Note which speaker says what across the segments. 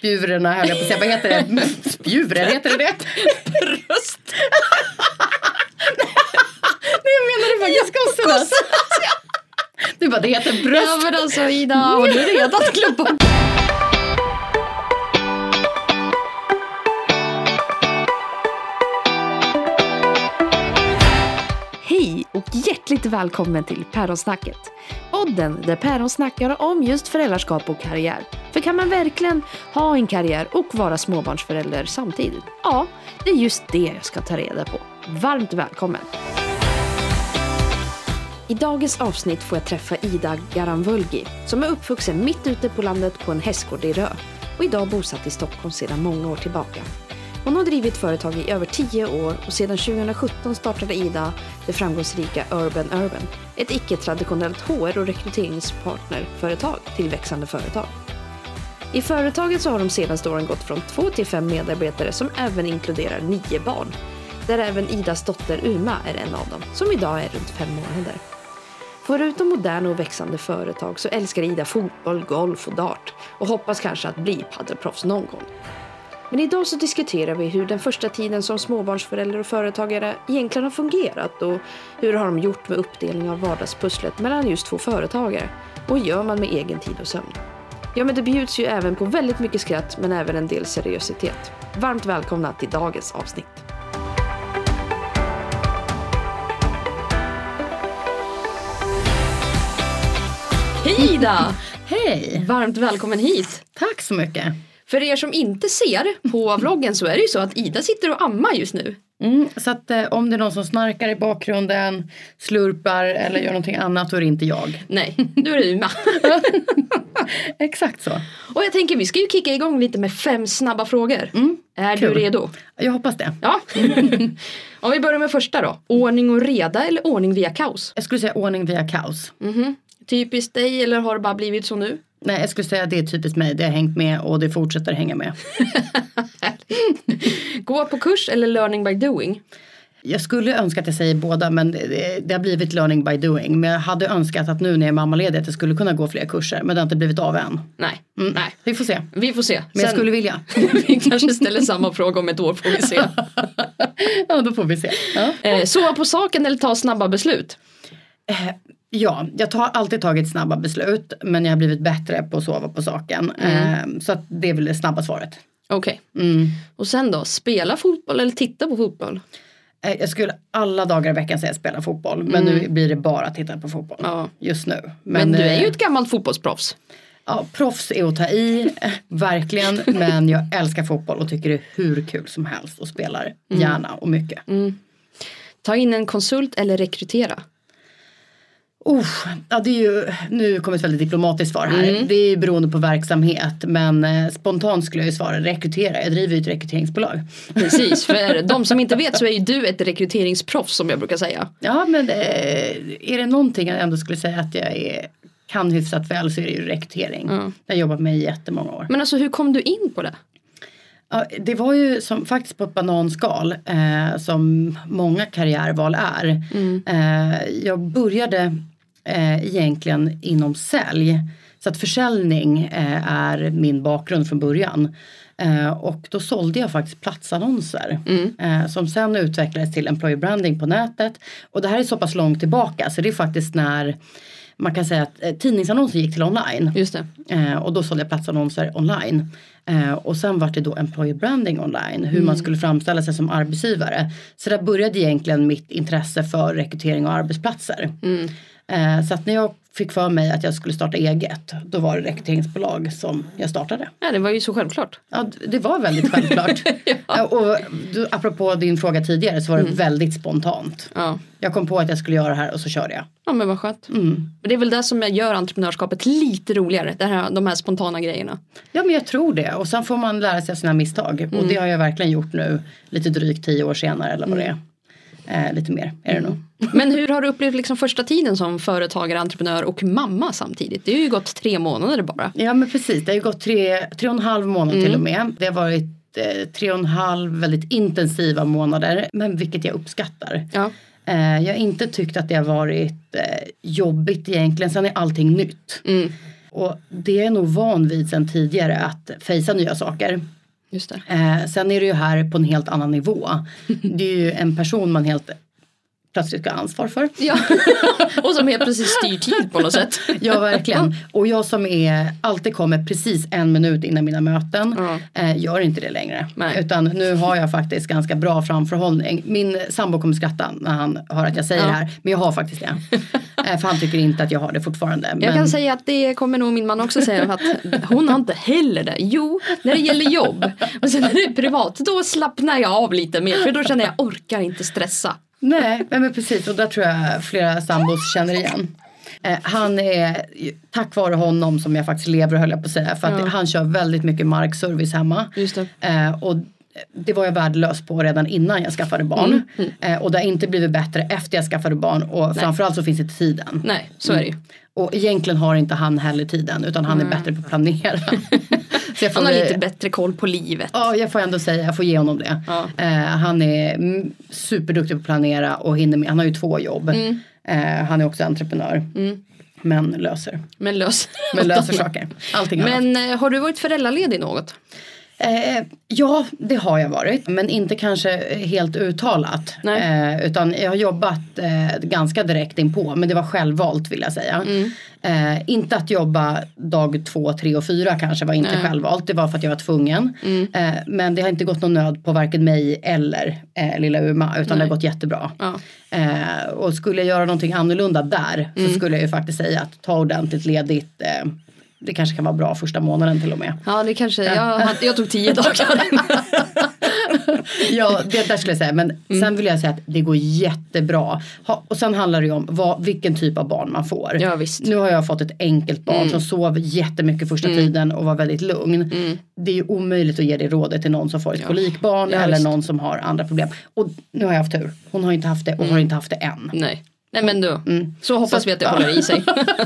Speaker 1: spjurerna höll jag på att säga. Vad heter det? Spjurer, heter det det?
Speaker 2: Bröst.
Speaker 1: Nej jag menade faktiskt kossorna. Du bara det heter
Speaker 2: Ja
Speaker 1: bröst.
Speaker 2: men alltså Ida, har du redan glömt bort?
Speaker 3: Hej och hjärtligt välkommen till Päronsnacket. Podden där päron snackar om just föräldraskap och karriär. För kan man verkligen ha en karriär och vara småbarnsförälder samtidigt? Ja, det är just det jag ska ta reda på. Varmt välkommen! I dagens avsnitt får jag träffa Ida Garanvulgi som är uppvuxen mitt ute på landet på en hästgård i Rö och idag bosatt i Stockholm sedan många år tillbaka. Hon har drivit företag i över 10 år och sedan 2017 startade Ida det framgångsrika Urban Urban, ett icke-traditionellt HR och rekryteringspartnerföretag till växande företag. I företaget så har de senaste åren gått från två till fem medarbetare som även inkluderar nio barn. Där även Idas dotter Uma är en av dem, som idag är runt fem månader. Förutom moderna och växande företag så älskar Ida fotboll, golf och dart och hoppas kanske att bli paddelproffs någon gång. Men idag så diskuterar vi hur den första tiden som småbarnsförälder och företagare egentligen har fungerat och hur har de gjort med uppdelning av vardagspusslet mellan just två företagare och hur gör man med egen tid och sömn? Ja, men det bjuds ju även på väldigt mycket skratt men även en del seriositet. Varmt välkomna till dagens avsnitt. Hej Ida!
Speaker 1: Hej,
Speaker 3: Varmt välkommen hit!
Speaker 1: tack så mycket.
Speaker 3: För er som inte ser på vloggen så är det ju så att Ida sitter och ammar just nu.
Speaker 1: Mm, så att eh, om det är någon som snarkar i bakgrunden, slurpar eller gör någonting annat då är det inte jag.
Speaker 3: Nej, nu är det Uma.
Speaker 1: Exakt så.
Speaker 3: Och jag tänker vi ska ju kicka igång lite med fem snabba frågor. är
Speaker 1: Mm, kul. Mm.
Speaker 3: du redo?
Speaker 1: Jag hoppas det.
Speaker 3: Ja. Om vi börjar med första då. Ordning och reda eller ordning via kaos?
Speaker 1: Jag skulle säga ordning via kaos.
Speaker 3: Mhm. Typiskt dig eller har det bara blivit så nu?
Speaker 1: Nej, jag skulle säga det är typiskt mig. Det har hängt med och det fortsätter hänga med.
Speaker 3: Gå på kurs eller learning by doing?
Speaker 1: Jag skulle önska att jag säger båda men det, det har blivit learning by doing. Men jag hade önskat att nu när jag är mammaledig att jag skulle kunna gå fler kurser. Men det har inte blivit av än.
Speaker 3: Nej,
Speaker 1: Mm.
Speaker 3: nej.
Speaker 1: Vi får se. Men
Speaker 3: Vi får se. Men
Speaker 1: jag skulle vilja.
Speaker 3: vi kanske ställer samma fråga om ett år får vi se.
Speaker 1: ja, då får vi se. Ja.
Speaker 3: Eh, sova på saken eller ta snabba beslut?
Speaker 1: Eh, Ja, jag har alltid tagit snabba beslut men jag har blivit bättre på att sova på saken. Eh, så att det är väl det snabba svaret.
Speaker 3: Okej.
Speaker 1: Mm.
Speaker 3: Och sen då, spela fotboll eller titta på fotboll?
Speaker 1: Eh, Jag skulle alla dagar i veckan säga spela fotboll men nu blir det bara titta på fotboll
Speaker 3: Ja.
Speaker 1: just nu. Mm. Men,
Speaker 3: Men, du är
Speaker 1: eh,
Speaker 3: ju ett gammalt fotbollsproffs.
Speaker 1: Ja, proffs är att ta i, eh, verkligen. Men jag älskar fotboll och tycker det är hur kul som helst och spelar gärna och mycket.
Speaker 3: Ta in en konsult eller rekrytera.
Speaker 1: Uff, ja, det är ju, nu kommer ett väldigt diplomatiskt svar här. Det är ju beroende på verksamhet men eh, spontant skulle jag ju svara rekrytera. Jag driver ju ett rekryteringsbolag.
Speaker 3: Precis, för de som inte vet så är ju du ett rekryteringsproffs som jag brukar säga.
Speaker 1: Ja men eh, är det någonting jag ändå skulle säga att jag är, kan hyfsat väl så är det ju rekrytering. Jag har jobbat med i jättemånga år.
Speaker 3: Men alltså hur kom du in på det?
Speaker 1: Ja, det var ju som, faktiskt på ett bananskal eh, som många karriärval är. Eh, jag började eh, egentligen inom sälj. Så att försäljning eh, är min bakgrund från början. Eh, och då sålde jag faktiskt platsannonser eh, som sen utvecklades till employer branding på nätet. Och det här är så pass långt tillbaka så det är faktiskt när man kan säga att eh, tidningsannonser gick till online.
Speaker 3: Just det.
Speaker 1: Eh, och då sålde jag platsannonser online. Eh, och sen var det då employer branding online, hur man skulle framställa sig som arbetsgivare. Så där började egentligen mitt intresse för rekrytering och arbetsplatser. Eh, så att när jag fick för mig att jag skulle starta eget, då var det rekryteringsbolag som jag startade.
Speaker 3: Ja, det var ju så självklart.
Speaker 1: Ja, d- det var väldigt självklart. Eh, Och du, apropå din fråga tidigare så var det väldigt spontant.
Speaker 3: Ja. Mm.
Speaker 1: Jag kom på att jag skulle göra det här och så körde jag.
Speaker 3: Ja men vad skönt. Men Det är väl det som gör entreprenörskapet lite roligare, det här, de här spontana grejerna.
Speaker 1: Ja men jag tror det och sen får man lära sig av sina misstag och det har jag verkligen gjort nu lite drygt tio år senare eller vad det är. Eh, lite mer är det nog.
Speaker 3: Men hur har du upplevt liksom första tiden som företagare, entreprenör och mamma samtidigt? Det har ju gått tre månader bara.
Speaker 1: Ja men precis, det har ju gått tre, tre och en halv månad till och med. Det har varit eh, tre och en halv väldigt intensiva månader men vilket jag uppskattar.
Speaker 3: Ja.
Speaker 1: Eh, jag har inte tyckt att det har varit eh, jobbigt egentligen, sen är allting nytt. Och det är jag nog van vid sen tidigare att fejsa nya saker.
Speaker 3: Just det.
Speaker 1: Eh, sen är det ju här på en helt annan nivå. Det är ju en person man helt plötsligt ska ha ansvar för.
Speaker 3: Ja. Och som helt precis styr tid på något sätt.
Speaker 1: Ja, verkligen. Och jag som är, alltid kommer precis en minut innan mina möten
Speaker 3: Ja.
Speaker 1: eh, gör inte det längre.
Speaker 3: Nej.
Speaker 1: Utan nu har jag faktiskt ganska bra framförhållning. Min sambo kommer skratta när han hör att jag säger
Speaker 3: Ja.
Speaker 1: det här. Men jag har faktiskt det. eh, för han tycker inte att jag har det fortfarande.
Speaker 3: Jag
Speaker 1: men,
Speaker 3: kan säga att det kommer nog min man också säga för att hon har inte heller det. Jo, när det gäller jobb och sen när det är privat då slappnar jag av lite mer för då känner jag orkar inte stressa.
Speaker 1: Nej, nej, men precis. Och där tror jag flera sambos känner igen. Eh, han är, tack vare honom som jag faktiskt lever höll jag på att säga. För att
Speaker 3: Ja.
Speaker 1: han kör väldigt mycket markservice hemma.
Speaker 3: Just det.
Speaker 1: Eh, och det var jag värdelös på redan innan jag skaffade barn.
Speaker 3: Mm,
Speaker 1: Eh, och det har inte blivit bättre efter jag skaffade barn. Och framförallt så finns inte tiden.
Speaker 3: Nej, så är det ju.
Speaker 1: Mm. Och egentligen har inte han heller tiden utan han är bättre på att planera. så jag får
Speaker 3: Han har
Speaker 1: väl-
Speaker 3: lite bättre koll på livet.
Speaker 1: Ja, jag får ändå säga, jag får ge honom det.
Speaker 3: Ja.
Speaker 1: Eh, han är mm, superduktig på att planera och hinner med. Han har ju två jobb.
Speaker 3: Mm.
Speaker 1: Eh, han är också entreprenör. Men löser.
Speaker 3: Men lös.
Speaker 1: Men löser saker. Allting annat.
Speaker 3: Men eh, har du varit föräldraledig något?
Speaker 1: Eh, ja, det har jag varit. Men inte kanske helt uttalat.
Speaker 3: Nej.
Speaker 1: Eh, utan jag har jobbat eh, ganska direkt inpå. Men det var självvalt vill jag säga.
Speaker 3: Mm.
Speaker 1: Eh, inte att jobba dag två, tre och fyra kanske var inte självvalt. Det var för att jag var tvungen.
Speaker 3: Mm.
Speaker 1: Eh, men det har inte gått någon nöd på varken mig eller eh, lilla Uma. Utan det har gått jättebra.
Speaker 3: Ja.
Speaker 1: Eh, och skulle jag göra någonting annorlunda där
Speaker 3: Mm.
Speaker 1: så skulle jag ju faktiskt säga att ta ordentligt ledigt. Eh, det kanske kan vara bra första månaden till och med.
Speaker 3: Ja, det kanske, jag, hade- jag tog tio dagar.
Speaker 1: Ja, det där skulle jag säga. Men
Speaker 3: Mm.
Speaker 1: sen vill jag säga att det går jättebra. Ha, och sen handlar det ju om vad, vilken typ av barn man får.
Speaker 3: Ja, Mm. visst.
Speaker 1: Nu har jag fått ett enkelt barn som sov jättemycket första
Speaker 3: Mm.
Speaker 1: tiden och var väldigt lugn. Det är ju omöjligt att ge det rådet till någon som får ett kolikbarn
Speaker 3: Ja,
Speaker 1: eller
Speaker 3: visst.
Speaker 1: någon som har andra problem. Och nu har jag haft tur. Hon har inte haft det och har inte haft det än. Mm.
Speaker 3: Nej. Nej men du, Mm. så hoppas vi att det håller i sig.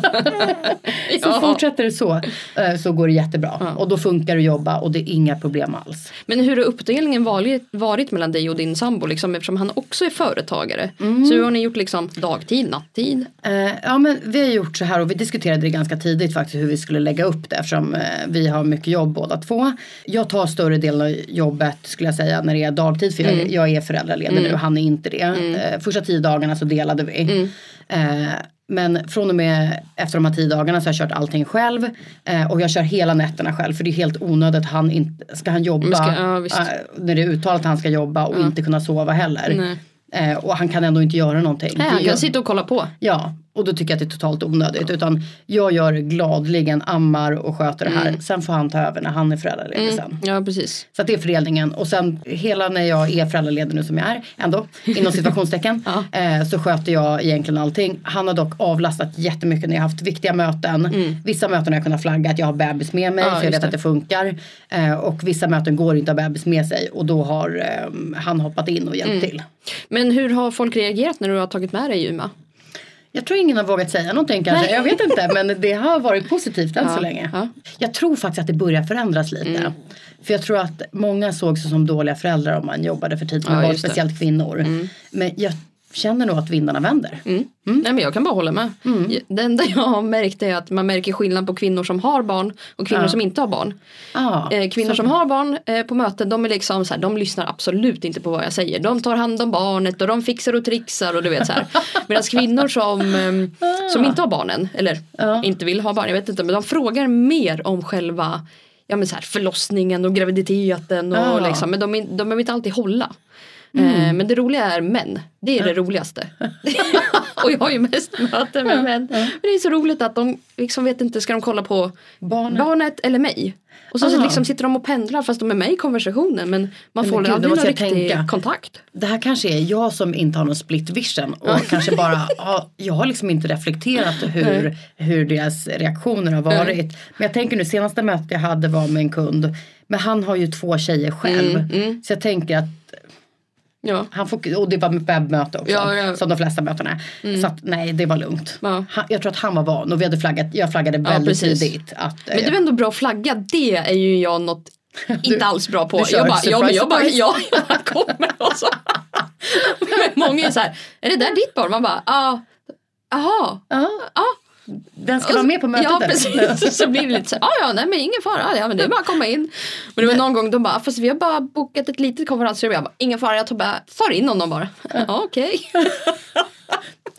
Speaker 1: Så
Speaker 3: Ja.
Speaker 1: fortsätter det så eh, så går det jättebra. Och då funkar det att jobba och det är inga problem alls.
Speaker 3: Men hur har uppdelningen varit, varit mellan dig och din sambo liksom, eftersom han också är företagare?
Speaker 1: Mm.
Speaker 3: Så hur har ni gjort liksom dagtid, nattid?
Speaker 1: Eh, ja men vi har gjort så här och vi diskuterade det ganska tidigt faktiskt hur vi skulle lägga upp det eftersom eh, vi har mycket jobb båda två. Jag tar större delen av jobbet skulle jag säga när det är dagtid för
Speaker 3: Mm.
Speaker 1: jag, jag är föräldraledig nu och han är inte det. Eh, första tio dagarna så delade vi.
Speaker 3: Mm.
Speaker 1: Eh, men från och med efter de här tio dagarna så har jag kört allting själv eh, och jag kör hela nätterna själv för det är helt onödigt. att Han inte, ska han jobba
Speaker 3: Men ska- ja, visst.
Speaker 1: eh, när det är uttalat att han ska jobba och inte kunna sova heller. Eh, och han kan ändå inte göra någonting.
Speaker 3: Nej,
Speaker 1: Det
Speaker 3: han
Speaker 1: gör-
Speaker 3: kan sitta och kolla på.
Speaker 1: Ja, och då tycker jag att det är totalt onödigt. Utan jag gör gladligen, ammar och sköter det här.
Speaker 3: Mm.
Speaker 1: Sen får han ta över när han är föräldraledig sen.
Speaker 3: Ja precis.
Speaker 1: Så att det är fördelningen. Och sen hela när jag är föräldraledig nu som jag är, ändå, inom situationstecken,
Speaker 3: Ja.
Speaker 1: eh, så sköter jag egentligen allting. Han har dock avlastat jättemycket när jag har haft viktiga möten. Vissa möten har jag kunnat flagga att jag har bebis med mig,
Speaker 3: Mm. Ja,
Speaker 1: så jag
Speaker 3: just
Speaker 1: vet
Speaker 3: det.
Speaker 1: att det funkar. Eh, och vissa möten går inte att ha bebis med sig och då har eh, han hoppat in och hjälpt
Speaker 3: Mm.
Speaker 1: till.
Speaker 3: Men hur har folk reagerat när du har tagit med dig Uma?
Speaker 1: Jag tror ingen har vågat säga någonting kanske.
Speaker 3: Nej.
Speaker 1: Jag vet inte men det har varit positivt än
Speaker 3: Ja,
Speaker 1: så länge.
Speaker 3: ja. Mm.
Speaker 1: Jag tror faktiskt att det börjar förändras lite. För jag tror att många såg sig som dåliga föräldrar om man jobbade för tidigt med
Speaker 3: Ja,
Speaker 1: barn,
Speaker 3: just det. Mm.
Speaker 1: speciellt kvinnor. Men jag känner nog att vindarna vänder.
Speaker 3: Nej men jag kan bara hålla med.
Speaker 1: Mm.
Speaker 3: Det enda jag har märkt är att man märker skillnad på kvinnor som har barn och kvinnor som inte har barn.
Speaker 1: Ja.
Speaker 3: Eh, kvinnor som har barn eh, på möten de är liksom så här, de lyssnar absolut inte på vad jag säger. De tar hand om barnet och de fixar och trixar och du vet så här. Medan kvinnor som, ehm, som inte har barnen eller inte vill ha barn, jag vet inte, men de frågar mer om själva ja, men så här, förlossningen och graviditeten och
Speaker 1: Ja. Mm.
Speaker 3: liksom, men de, är- de behöver inte alltid hålla. Eh, Men det roliga är män, det är det roligaste. och jag har ju mest möten med män. Men det är så roligt att de liksom vet inte, ska de kolla på
Speaker 1: Barnet.
Speaker 3: barnet eller mig. Och så
Speaker 1: Ah.
Speaker 3: liksom sitter de och pendlar fast de är med i konversationen men man
Speaker 1: Men
Speaker 3: får
Speaker 1: gud,
Speaker 3: aldrig
Speaker 1: då
Speaker 3: någon
Speaker 1: måste
Speaker 3: riktig
Speaker 1: jag tänka.
Speaker 3: kontakt.
Speaker 1: Det här kanske är jag som inte har någon split vision och kanske bara har, jag har liksom inte reflekterat hur, hur deras reaktioner har varit. Men jag tänker nu senaste mötet jag hade var med en kund men han har ju två tjejer själv
Speaker 3: Mm,
Speaker 1: så jag tänker att
Speaker 3: Ja.
Speaker 1: Han får, och det var webbmöte också,
Speaker 3: Ja, ja. Mm.
Speaker 1: som de flesta möten är. Så att, nej, det var lugnt.
Speaker 3: Ja.
Speaker 1: Han, jag tror att han var van och vi hade flaggat, jag flaggade väldigt
Speaker 3: precis.
Speaker 1: tidigt. Att, eh,
Speaker 3: Men det var ändå bra att flagga, det är ju jag något inte alls bra på.
Speaker 1: du kör
Speaker 3: Jag bara, ja, men
Speaker 1: surprise,
Speaker 3: jag bara,
Speaker 1: surprise.
Speaker 3: ja, jag bara kommer och så. Men många är så här, är det där ditt barn? Man bara, ja, ah, jaha,
Speaker 1: ja,
Speaker 3: ja.
Speaker 1: Den ska vara med på mötet
Speaker 3: Ja
Speaker 1: eller?
Speaker 3: precis, så blir det lite så här, "Ah, ja nej men ingen fara, ja, men det är bara att komma in. Men det var någon gång de bara, fast vi har bara bokat ett litet konferensrum. Jag bara, ingen fara jag tar, bara, tar in honom bara. Ja okej.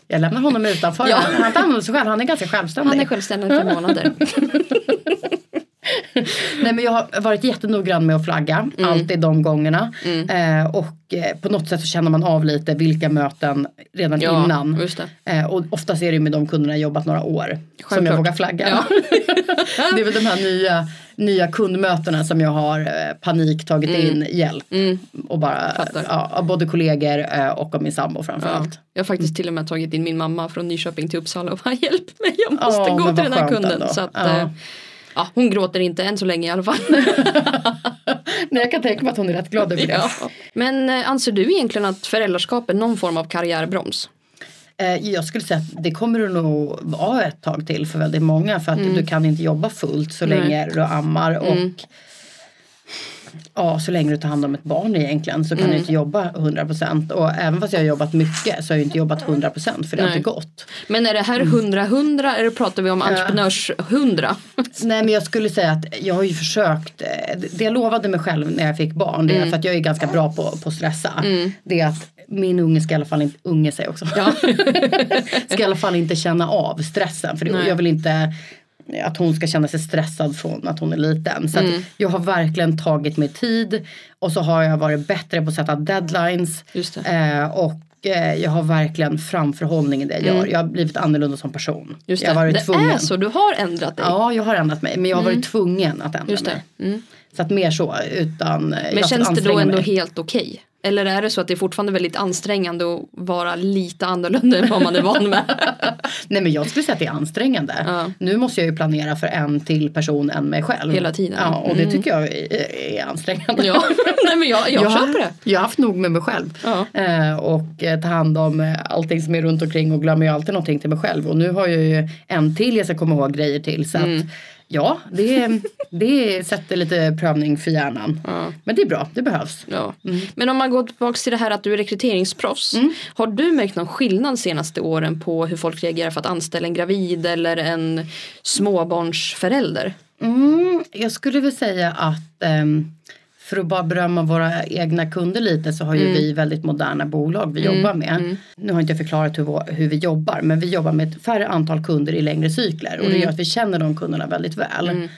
Speaker 1: Jag lämnar honom utanför.
Speaker 3: Ja.
Speaker 1: Han tar hand om sig själv. Han är ganska självständig.
Speaker 3: Han är självständig för månader.
Speaker 1: Nej, men jag har varit jättenoggrann med att flagga.
Speaker 3: Mm.
Speaker 1: Alltid de gångerna. Eh, och eh, på något sätt så känner man av lite vilka möten redan
Speaker 3: Ja,
Speaker 1: innan.
Speaker 3: just det.
Speaker 1: Eh, och oftast är det ju med de kunderna jag jobbat några år. Som jag
Speaker 3: Självklart.
Speaker 1: vågar flagga.
Speaker 3: Ja.
Speaker 1: det är väl de här nya, nya kundmötena som jag har eh, panik tagit in hjälp. Och bara,
Speaker 3: Mm. Fattar.
Speaker 1: ja, av både kollegor eh, och av min sambo
Speaker 3: Ja.
Speaker 1: framförallt. Ja.
Speaker 3: Jag har faktiskt till och med tagit in min mamma från Nyköping till Uppsala och bara hjälp mig jag
Speaker 1: Ja,
Speaker 3: måste
Speaker 1: men
Speaker 3: gå
Speaker 1: vad
Speaker 3: till den här
Speaker 1: skönt
Speaker 3: kunden.
Speaker 1: ändå.
Speaker 3: Så att,
Speaker 1: Ja.
Speaker 3: eh, ja, hon gråter inte än så länge i alla fall.
Speaker 1: Nej, jag kan tänka mig att hon är rätt glad över det.
Speaker 3: ja. Men eh, anser du egentligen att föräldraskap är någon form av karriärbroms?
Speaker 1: Eh, Jag skulle säga att det kommer det nog vara ett tag till för väldigt många för att du kan inte jobba fullt så
Speaker 3: Mm. Nej. Mm.
Speaker 1: länge du ammar och ja, så länge du tar hand om ett barn egentligen så kan
Speaker 3: Mm.
Speaker 1: du inte jobba 100% och även fast jag har jobbat mycket så har jag inte jobbat 100% för det har
Speaker 3: Nej.
Speaker 1: inte gått.
Speaker 3: Men är det här hundra hundra eller pratar vi om entreprenörs hundra?
Speaker 1: Nej men jag skulle säga att jag har ju försökt, eh, det jag lovade mig själv när jag fick barn, det
Speaker 3: Mm.
Speaker 1: är för att jag är ganska bra på på att stressa, det är att min unge ska i alla fall inte, unge säger jag också, ska i alla fall inte känna av stressen. För det,
Speaker 3: Nej.
Speaker 1: jag vill inte att hon ska känna sig stressad från att hon är liten. Så
Speaker 3: Mm.
Speaker 1: att jag har verkligen tagit mig tid och så har jag varit bättre på att sätta deadlines.
Speaker 3: Just det.
Speaker 1: Eh, och eh, jag har verkligen framförhållning i det jag gör. Jag har blivit annorlunda som person.
Speaker 3: Mm. Just
Speaker 1: jag har
Speaker 3: det,
Speaker 1: varit
Speaker 3: det
Speaker 1: tvungen.
Speaker 3: är så, du har ändrat dig. Mm.
Speaker 1: Ja, jag har ändrat mig. Men jag har varit tvungen att ändra
Speaker 3: Just det. Mm,
Speaker 1: mig. Så att mer så. Utan,
Speaker 3: Men känns det då ändå helt okej? Eller är det så att det är fortfarande väldigt ansträngande att vara lite annorlunda än vad man är van med?
Speaker 1: Nej men jag skulle säga att det är ansträngande.
Speaker 3: Ja.
Speaker 1: Nu måste jag ju planera för en till person än mig själv.
Speaker 3: Hela tiden. Mm.
Speaker 1: Ja, och det tycker jag är, är ansträngande.
Speaker 3: ja, nej men jag, jag,
Speaker 1: Jag har-
Speaker 3: köper det.
Speaker 1: Jag har haft nog med mig själv.
Speaker 3: Ja.
Speaker 1: Eh, och eh, ta hand om eh, allting som är runt omkring och glömmer ju alltid någonting till mig själv. Och nu har jag ju en till jag ska komma ihåg grejer till. Så
Speaker 3: Mm.
Speaker 1: att, ja, det, det sätter lite prövning för hjärnan.
Speaker 3: Ja. Mm.
Speaker 1: Men det är bra, det behövs.
Speaker 3: Ja. Men om man går tillbaka till det här att du är rekryteringsproffs. Har du märkt någon skillnad senaste åren på hur folk reagerar för att anställa en gravid eller en småbarnsförälder?
Speaker 1: Mm, jag skulle väl säga att ehm, för att bara berömma våra egna kunder lite så har
Speaker 3: Mm.
Speaker 1: ju vi väldigt moderna bolag vi jobbar med. Nu har inte jag förklarat hur, vår, hur vi jobbar men vi jobbar med ett färre antal kunder i längre cykler och
Speaker 3: Mm.
Speaker 1: det gör att vi känner de kunderna väldigt väl.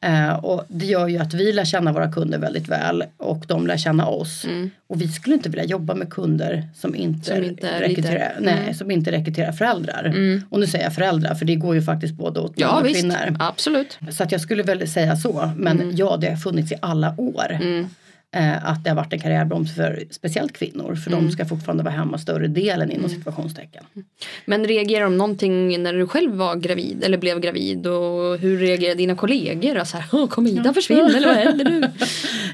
Speaker 1: Eh, och det gör ju att vi lär känna våra kunder väldigt väl och de lär känna oss. Och vi skulle inte vilja jobba med kunder som inte,
Speaker 3: Mm. Som inte är Mm.
Speaker 1: rekryterar, nej, som inte rekryterar föräldrar. Och nu säger jag föräldrar för det går ju faktiskt både åt män
Speaker 3: Ja
Speaker 1: och
Speaker 3: visst,
Speaker 1: kvinnor.
Speaker 3: absolut.
Speaker 1: Så att jag skulle väl säga så. Men
Speaker 3: Mm.
Speaker 1: ja, det har funnits i alla år. Eh, att det har varit en karriärbroms för speciellt kvinnor. För
Speaker 3: Mm.
Speaker 1: de ska fortfarande vara hemma större delen inom situationstecken.
Speaker 3: Men reagerar de någonting när du själv var gravid eller blev gravid och hur reagerar dina kollegor? Och Så här, "Åh, kommer Ida försvinna eller vad händer nu?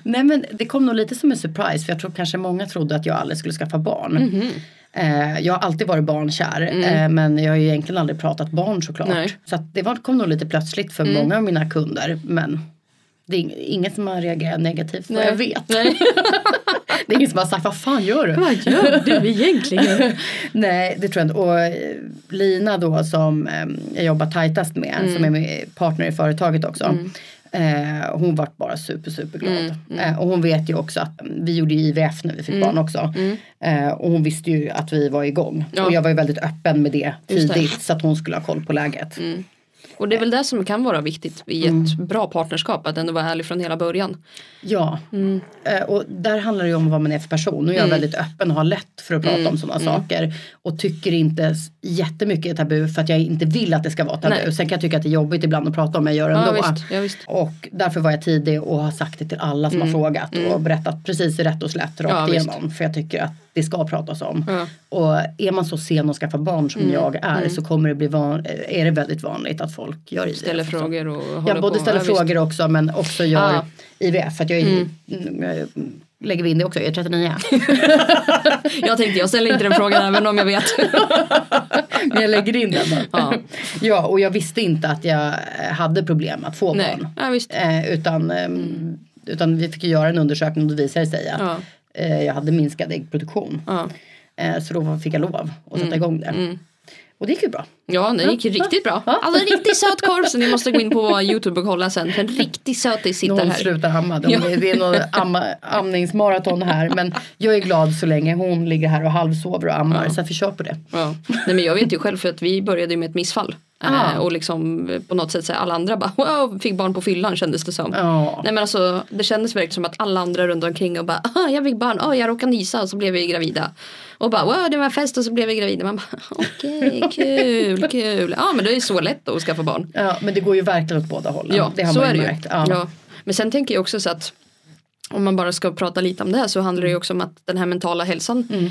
Speaker 1: Nej men det kom nog lite som en surprise. För jag tror kanske många trodde att jag aldrig skulle skaffa barn.
Speaker 3: Mm. Mm-hmm.
Speaker 1: Eh, jag har alltid varit barnkär. Eh, men jag har ju egentligen aldrig pratat barn såklart.
Speaker 3: Nej. Mm.
Speaker 1: Så att det var, kom nog lite plötsligt för många av mina kunder. Men det är ing- ingen som har reagerat negativt vad jag vet.
Speaker 3: Nej.
Speaker 1: Det är ingen som har sagt vad fan gör du?
Speaker 3: Vad gör du egentligen?
Speaker 1: Nej, det tror jag inte. Och eh, Lina då som eh, jag jobbar tajtast med,
Speaker 3: Mm.
Speaker 1: som är min partner i företaget också. Eh, hon vart bara super, super glad.
Speaker 3: Mm,
Speaker 1: Eh, och hon vet ju också att mm, vi gjorde ju IVF när vi fick barn också. Eh, och hon visste ju att vi var igång.
Speaker 3: mm. Ja.
Speaker 1: Och jag var ju väldigt öppen med det
Speaker 3: Just det.
Speaker 1: tidigt så att hon skulle ha koll på läget.
Speaker 3: Och det är väl det som kan vara viktigt i ett
Speaker 1: Mm.
Speaker 3: bra partnerskap att ändå vara ärlig från hela början.
Speaker 1: Ja,
Speaker 3: Mm.
Speaker 1: Eh, och där handlar det ju om vad man är för person. Nu är jag väldigt öppen och har lätt för att prata
Speaker 3: Mm.
Speaker 1: om sådana saker. Och tycker inte s- jättemycket är tabu för att jag inte vill att det ska vara tabu.
Speaker 3: Nej.
Speaker 1: Sen kan jag tycka att det är jobbigt ibland att prata om men jag gör det
Speaker 3: Ja,
Speaker 1: ändå.
Speaker 3: visst, ja, visst. Mm.
Speaker 1: Och därför var jag tidig och har sagt det till alla som har frågat och berättat precis rätt och slätt rakt
Speaker 3: Ja, visst.
Speaker 1: igenom. För jag tycker att det ska pratas om.
Speaker 3: Ja. Mm.
Speaker 1: Och är man så sen att skaffa barn som jag är så kommer det bli van- eh, är det väldigt vanligt att folk gör IVF.
Speaker 3: Ställer frågor och håller
Speaker 1: Jag både
Speaker 3: på.
Speaker 1: ställer
Speaker 3: Ja, visst.
Speaker 1: frågor också men också gör
Speaker 3: Ah.
Speaker 1: IVF. För att jag är, mm, lägger vi in det också, jag är 39.
Speaker 3: Jag tänkte jag ställer inte den frågan även om jag vet.
Speaker 1: men jag lägger in den bara.
Speaker 3: Ja.
Speaker 1: ja, och jag visste inte att jag eh, hade problem att få
Speaker 3: Nej,
Speaker 1: barn.
Speaker 3: ja, visst.
Speaker 1: Eh, utan, eh, utan vi fick ju göra en undersökning och då visade det sig att
Speaker 3: Ja.
Speaker 1: eh, jag hade minskad äggproduktion.
Speaker 3: Ja. Mm.
Speaker 1: Eh, så då fick jag lov att sätta igång det. Och det gick ju bra.
Speaker 3: Ja, den gick ju riktigt bra. Alltså en riktigt söt korv så ni måste gå in på Youtube och kolla sen. För en riktigt sötis sitter
Speaker 1: Någon
Speaker 3: här.
Speaker 1: slutar amma. då.
Speaker 3: Ja.
Speaker 1: Det det är något amma, amningsmaraton här. Men jag är glad så länge hon ligger här och halvsover och ammar. Så att vi kör på det.
Speaker 3: Ja. Nej men jag vet ju själv för att vi började ju med ett missfall.
Speaker 1: Ah.
Speaker 3: Eh, och liksom eh, på något sätt så här, alla andra bara wow, fick barn på fyllan kändes det som.
Speaker 1: Ja.
Speaker 3: Nej men alltså det kändes verkligen som att alla andra runt omkring och bara ah, jag fick barn, ah, jag råkade nysa och så blev vi gravida. Och bara wow det var en fest och så blev vi gravida. Man bara okej kul kul. Ja men det är ju så lätt då att skaffa barn.
Speaker 1: Ja, men det går ju verkligen åt båda hållen.
Speaker 3: Ja,
Speaker 1: det har
Speaker 3: så
Speaker 1: man
Speaker 3: är
Speaker 1: ju
Speaker 3: det ju.
Speaker 1: märkt.
Speaker 3: Ja. Men sen tänker jag också så att om man bara ska prata lite om det här så handlar det
Speaker 1: Mm.
Speaker 3: ju också om att den här mentala hälsan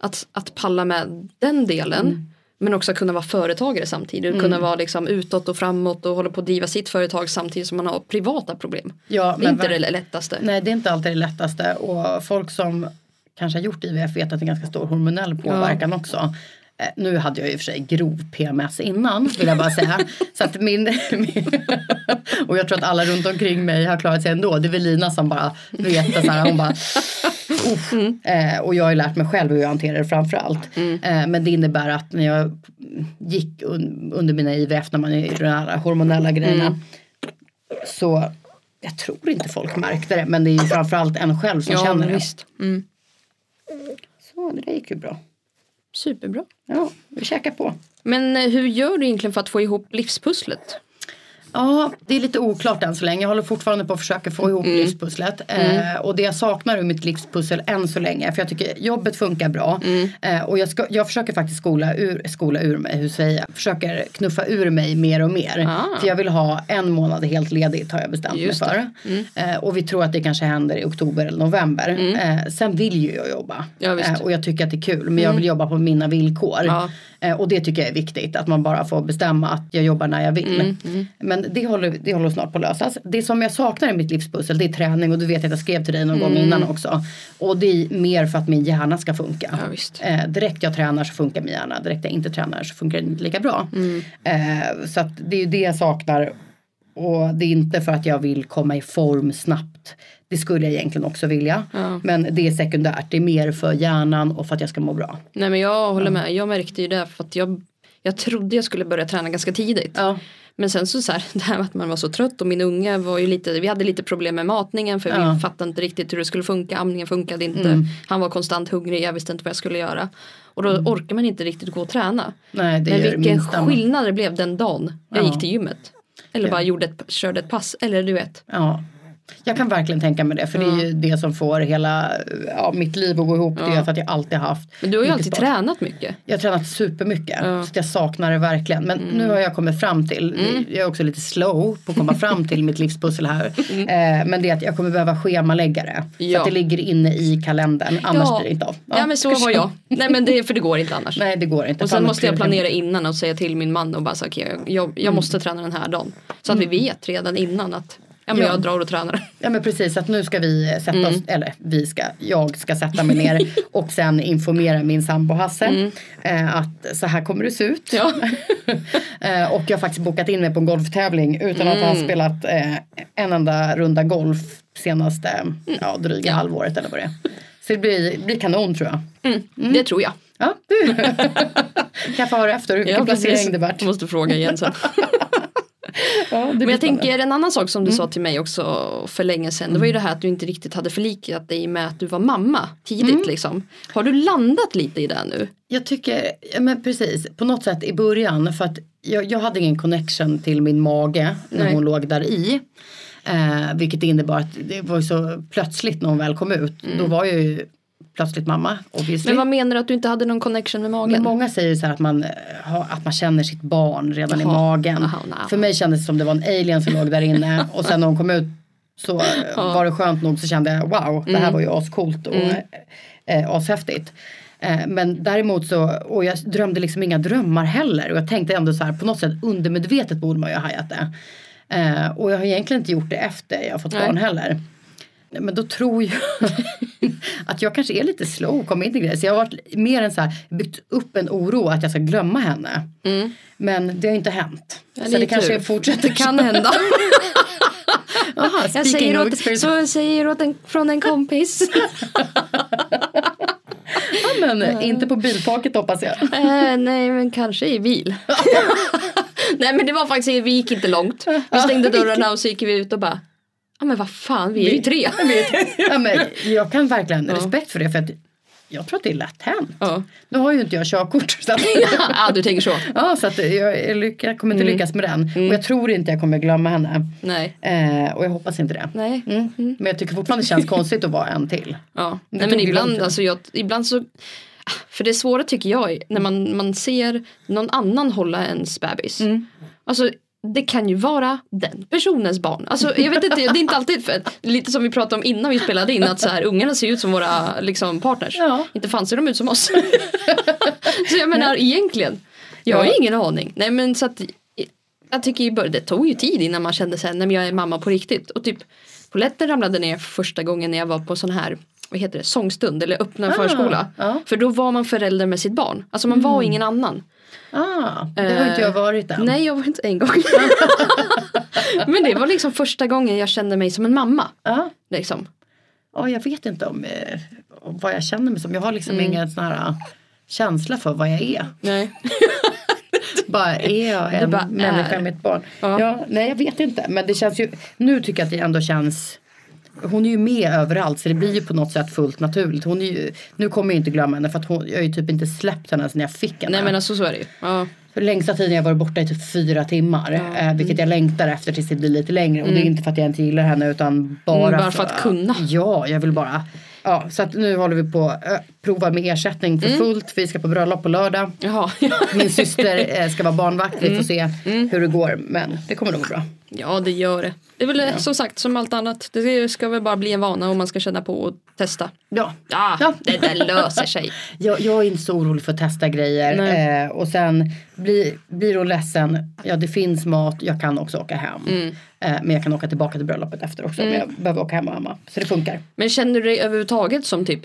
Speaker 3: att, att palla med den delen
Speaker 1: Mm.
Speaker 3: men också att kunna vara företagare samtidigt kunna vara liksom utåt och framåt och hålla på att driva sitt företag samtidigt som man har privata problem.
Speaker 1: Ja,
Speaker 3: det är
Speaker 1: men
Speaker 3: inte
Speaker 1: verk-
Speaker 3: det lättaste.
Speaker 1: Nej, det är inte alltid det lättaste. Och folk som kanske har gjort IVF vet att det är ganska stor hormonell påverkan också. Eh, Nu hade jag ju i och för sig grov PMS innan, vill jag bara säga. Så att min, min, och jag tror att alla runt omkring mig har klarat sig ändå. Det är väl Lina som bara vet att så här, hon bara... Uff. Eh, och jag har ju lärt mig själv hur jag hanterar det framför allt.
Speaker 3: Mm.
Speaker 1: Eh, men det innebär att när jag gick un, under mina IVF, när man är i de här hormonella grejerna,
Speaker 3: Mm.
Speaker 1: så jag tror inte folk märkte det, men det är ju framförallt en själv som
Speaker 3: Ja,
Speaker 1: känner
Speaker 3: men
Speaker 1: det.
Speaker 3: visst. Mm.
Speaker 1: Så det där gick ju bra.
Speaker 3: Superbra.
Speaker 1: Ja, vi käkar på.
Speaker 3: Men eh, hur gör du egentligen för att få ihop livspusslet?
Speaker 1: Ja, det är lite oklart än så länge. Jag håller fortfarande på att försöka få ihop
Speaker 3: Mm.
Speaker 1: livspusslet. Eh, och det jag saknar ur mitt livspussel än så länge, för jag tycker jobbet funkar bra.
Speaker 3: Mm.
Speaker 1: Eh, och jag, ska, jag försöker faktiskt skola ur, skola ur mig, hur säger jag? Försöker knuffa ur mig mer och mer.
Speaker 3: Ah.
Speaker 1: För jag vill ha en månad helt ledigt har jag bestämt
Speaker 3: Just Mm.
Speaker 1: mig för. Eh, och vi tror att det kanske händer i oktober eller november. Eh, sen vill ju jag jobba.
Speaker 3: Ja, visst.
Speaker 1: Eh, och jag tycker att det är kul, men jag vill jobba på mina villkor.
Speaker 3: Ja.
Speaker 1: Eh, Och det tycker jag är viktigt, att man bara får bestämma att jag jobbar när jag vill. Men det håller, det håller snart på att lösas. Det som jag saknar i mitt livspussel det är träning och du vet att jag skrev till dig någon gång innan också. Och det är mer för att min hjärna ska funka.
Speaker 3: Ja, visst.
Speaker 1: Eh, direkt jag tränar så funkar min hjärna, direkt jag inte tränar så funkar den inte lika bra.
Speaker 3: Mm.
Speaker 1: Eh, så att det är ju det jag saknar. Och det är inte för att jag vill komma i form snabbt. Det skulle jag egentligen också vilja. Men det är sekundärt. Det är mer för hjärnan och för att jag ska må bra.
Speaker 3: Nej men jag håller med, jag märkte ju det för att jag, jag trodde jag skulle börja träna ganska tidigt.
Speaker 1: Ja.
Speaker 3: Men sen så, så här, det här med att man var så trött och min unge var ju lite, vi hade lite problem med matningen för
Speaker 1: Ja. Mm.
Speaker 3: vi fattade inte riktigt hur det skulle funka, amningen funkade inte, han var konstant hungrig, jag visste inte vad jag skulle göra. Och då orkar man inte riktigt gå och träna.
Speaker 1: Mm. Nej, det
Speaker 3: Men
Speaker 1: gör det
Speaker 3: vilken
Speaker 1: minsta man-
Speaker 3: skillnad det blev den dagen jag
Speaker 1: Ja.
Speaker 3: gick till gymmet. Eller bara gjorde ett, körde ett pass, eller du vet.
Speaker 1: Ja. Jag kan verkligen tänka mig det för det är ju det som får hela ja, mitt liv att gå ihop. Det är för att jag alltid har haft
Speaker 3: Men du har ju
Speaker 1: mycket
Speaker 3: alltid
Speaker 1: sport.
Speaker 3: tränat mycket.
Speaker 1: Jag har tränat supermycket så att jag saknar det verkligen. Men
Speaker 3: Mm.
Speaker 1: nu har jag kommit fram till, jag är också lite slow på att komma fram till mitt livspussel här. Eh, men det är att jag kommer behöva schemalägga det. Så
Speaker 3: Mm. Ja.
Speaker 1: att det ligger inne i kalendern, annars blir det inte av.
Speaker 3: Ja. men så var jag. Nej men det, för det går inte annars.
Speaker 1: Nej det går inte.
Speaker 3: Och
Speaker 1: Fan,
Speaker 3: sen måste jag
Speaker 1: prioritera.
Speaker 3: planera innan och säga till min man och bara så, okay, jag, jag,
Speaker 1: Mm.
Speaker 3: jag måste träna den här dagen. Så att vi vet redan innan att ja, men
Speaker 1: Ja.
Speaker 3: jag drar och tränar.
Speaker 1: Ja men precis, att nu ska vi sätta
Speaker 3: Mm.
Speaker 1: oss, eller vi ska, jag ska sätta mig ner och sen informera min sambo Hasse eh, att så här kommer det se ut.
Speaker 3: Mm. Ja.
Speaker 1: eh, och jag har faktiskt bokat in mig på en golftävling utan att ha spelat eh, en enda runda golf senaste ja, dryga halvåret eller vad det är. Så det blir, blir kanon tror jag.
Speaker 3: Mm.
Speaker 1: Mm.
Speaker 3: Det tror jag.
Speaker 1: Ja, du. kan få höra efter hur vilken placering
Speaker 3: precis.
Speaker 1: det vart.
Speaker 3: Jag måste fråga igen sen.
Speaker 1: Ja, det blir
Speaker 3: Men jag
Speaker 1: spännande. Mm.
Speaker 3: tänker en annan sak som du sa till mig också för länge sedan. Det var ju det här att du inte riktigt hade förlikat dig med att du var mamma tidigt
Speaker 1: Mm.
Speaker 3: liksom. Har du landat lite i det nu?
Speaker 1: Jag tycker, ja, men precis, på något sätt i början för att jag, jag hade ingen connection till min mage när
Speaker 3: Nej.
Speaker 1: hon låg där i. Eh, vilket innebar att det var ju så plötsligt när hon väl kom ut. Då var jag ju plötsligt mamma obviously.
Speaker 3: Men vad menar du att du inte hade någon connection med
Speaker 1: Men
Speaker 3: magen?
Speaker 1: många säger ju så här att man, eh, har- att man känner sitt barn redan i
Speaker 3: Jaha.
Speaker 1: magen.
Speaker 3: Aha, nej.
Speaker 1: För mig kändes det som det var en alien som låg där inne och sen när hon kom ut så eh, var det skönt nog så kände jag wow det här
Speaker 3: Mm.
Speaker 1: var ju ascoolt och eh, ashäftigt. Eh, Men däremot så, och jag drömde liksom inga drömmar heller och jag tänkte ändå så här på något sätt undermedvetet borde man ju ha hajat det. Eh, Och jag har egentligen inte gjort det efter jag har fått
Speaker 3: Nej.
Speaker 1: barn heller. Nej, Men då tror jag att jag kanske är lite slow och kommer in i grejer. Så jag har varit mer än så här, byggt upp en oro att jag ska glömma henne. Men det har ju inte hänt.
Speaker 3: Mm. Ja,
Speaker 1: så
Speaker 3: är
Speaker 1: det kanske
Speaker 3: tur.
Speaker 1: fortsätter.
Speaker 3: Det kan hända.
Speaker 1: Aha,
Speaker 3: Jag
Speaker 1: speaking
Speaker 3: säger
Speaker 1: of
Speaker 3: åt,
Speaker 1: experience.
Speaker 3: så jag säger åt en, från en kompis.
Speaker 1: Ja, bilen, inte på biltaket hoppas jag.
Speaker 3: Eh, nej men kanske i bil. nej men det var faktiskt inget, vi gick inte långt. Vi stängde dörrarna och så gick vi ut och bara Ja men vad fan vi är ju tre.
Speaker 1: Ja, men jag kan verkligen respekt för det för att jag tror att det är lätt hänt.
Speaker 3: Ja.
Speaker 1: Nu har ju inte jag körkort. Så att,
Speaker 3: ah, du tänker så.
Speaker 1: ja, så att jag, är lyck- jag kommer inte
Speaker 3: Mm.
Speaker 1: lyckas med den. Och jag tror inte jag kommer glömma henne.
Speaker 3: Nej.
Speaker 1: Eh, och jag hoppas inte det.
Speaker 3: Nej.
Speaker 1: Mm. Men jag tycker fortfarande det känns konstigt att vara en till.
Speaker 3: Ja.
Speaker 1: Det
Speaker 3: Nej
Speaker 1: tog ju
Speaker 3: men
Speaker 1: lång
Speaker 3: ibland,
Speaker 1: tid.
Speaker 3: alltså, jag, ibland så För det svåra tycker jag är när man, man ser någon annan hålla ens bebis.
Speaker 1: Mm.
Speaker 3: Alltså det kan ju vara den personens barn. Alltså, jag vet inte, det är inte alltid för, lite som vi pratade om innan vi spelade in att så här, ungarna ser ut som våra liksom, partners.
Speaker 1: Ja.
Speaker 3: Inte fan ser de ut som oss. så jag menar egentligen, jag har
Speaker 1: Ja.
Speaker 3: ingen aning. Nej men så att jag tycker i början, det tog ju tid innan man kände sig, nej men jag är mamma på riktigt. Och typ polletten ramlade ner första gången när jag var på sån här, vad heter det, sångstund eller öppna förskola.
Speaker 1: Ah, ja. Mm.
Speaker 3: För då var man förälder med sitt barn. Alltså man var ingen annan.
Speaker 1: Ah, det har inte jag varit än.
Speaker 3: Nej jag var inte en gång. men det var liksom första gången jag kände mig som en mamma.
Speaker 1: Ja.
Speaker 3: Liksom.
Speaker 1: Ja, Ah, jag vet inte om, eh, om vad jag känner mig som. Jag har liksom ingen sån här eh, känsla för vad jag är.
Speaker 3: Nej.
Speaker 1: Bara är jag en
Speaker 3: bara är.
Speaker 1: människa med ett barn?
Speaker 3: Ja.
Speaker 1: Ja. nej, jag vet inte. Men det känns ju, nu tycker jag att det ändå känns hon är ju med överallt så det blir ju på något sätt fullt naturligt. Hon är ju, nu kommer jag inte glömma henne för att hon, jag har ju typ inte släppt henne sen jag fick henne.
Speaker 3: nej men alltså så är det ju. Ja.
Speaker 1: För längsta tiden jag varit borta i typ fyra timmar. Eh, vilket
Speaker 3: Mm.
Speaker 1: jag längtar efter tills det blir lite längre. Och det är inte för att jag inte gillar henne utan bara,
Speaker 3: Mm, bara för att kunna.
Speaker 1: Ja, jag vill bara. Ja, så att nu håller vi på att eh, prova med ersättning
Speaker 3: Mm.
Speaker 1: för fullt. Vi ska på bröllop på lördag.
Speaker 3: Jaha.
Speaker 1: Min syster eh, ska vara barnvakt. Vi får
Speaker 3: Mm.
Speaker 1: se hur det går. Men det kommer nog gå bra.
Speaker 3: Ja det gör det. Det är väl eh, som sagt som allt annat. Det ska väl bara bli en vana och man ska känna på och testa.
Speaker 1: Ja.
Speaker 3: Ja,
Speaker 1: Ja.
Speaker 3: det där löser sig.
Speaker 1: Jag, jag är inte så orolig för att testa grejer. Eh, och sen blir, blir hon ledsen. Ja, det finns mat. Jag kan också åka hem. Eh, men jag kan åka tillbaka till bröllopet efter också. Men jag behöver åka hem och mamma. Så det funkar.
Speaker 3: Men känner du dig överhuvudtaget som typ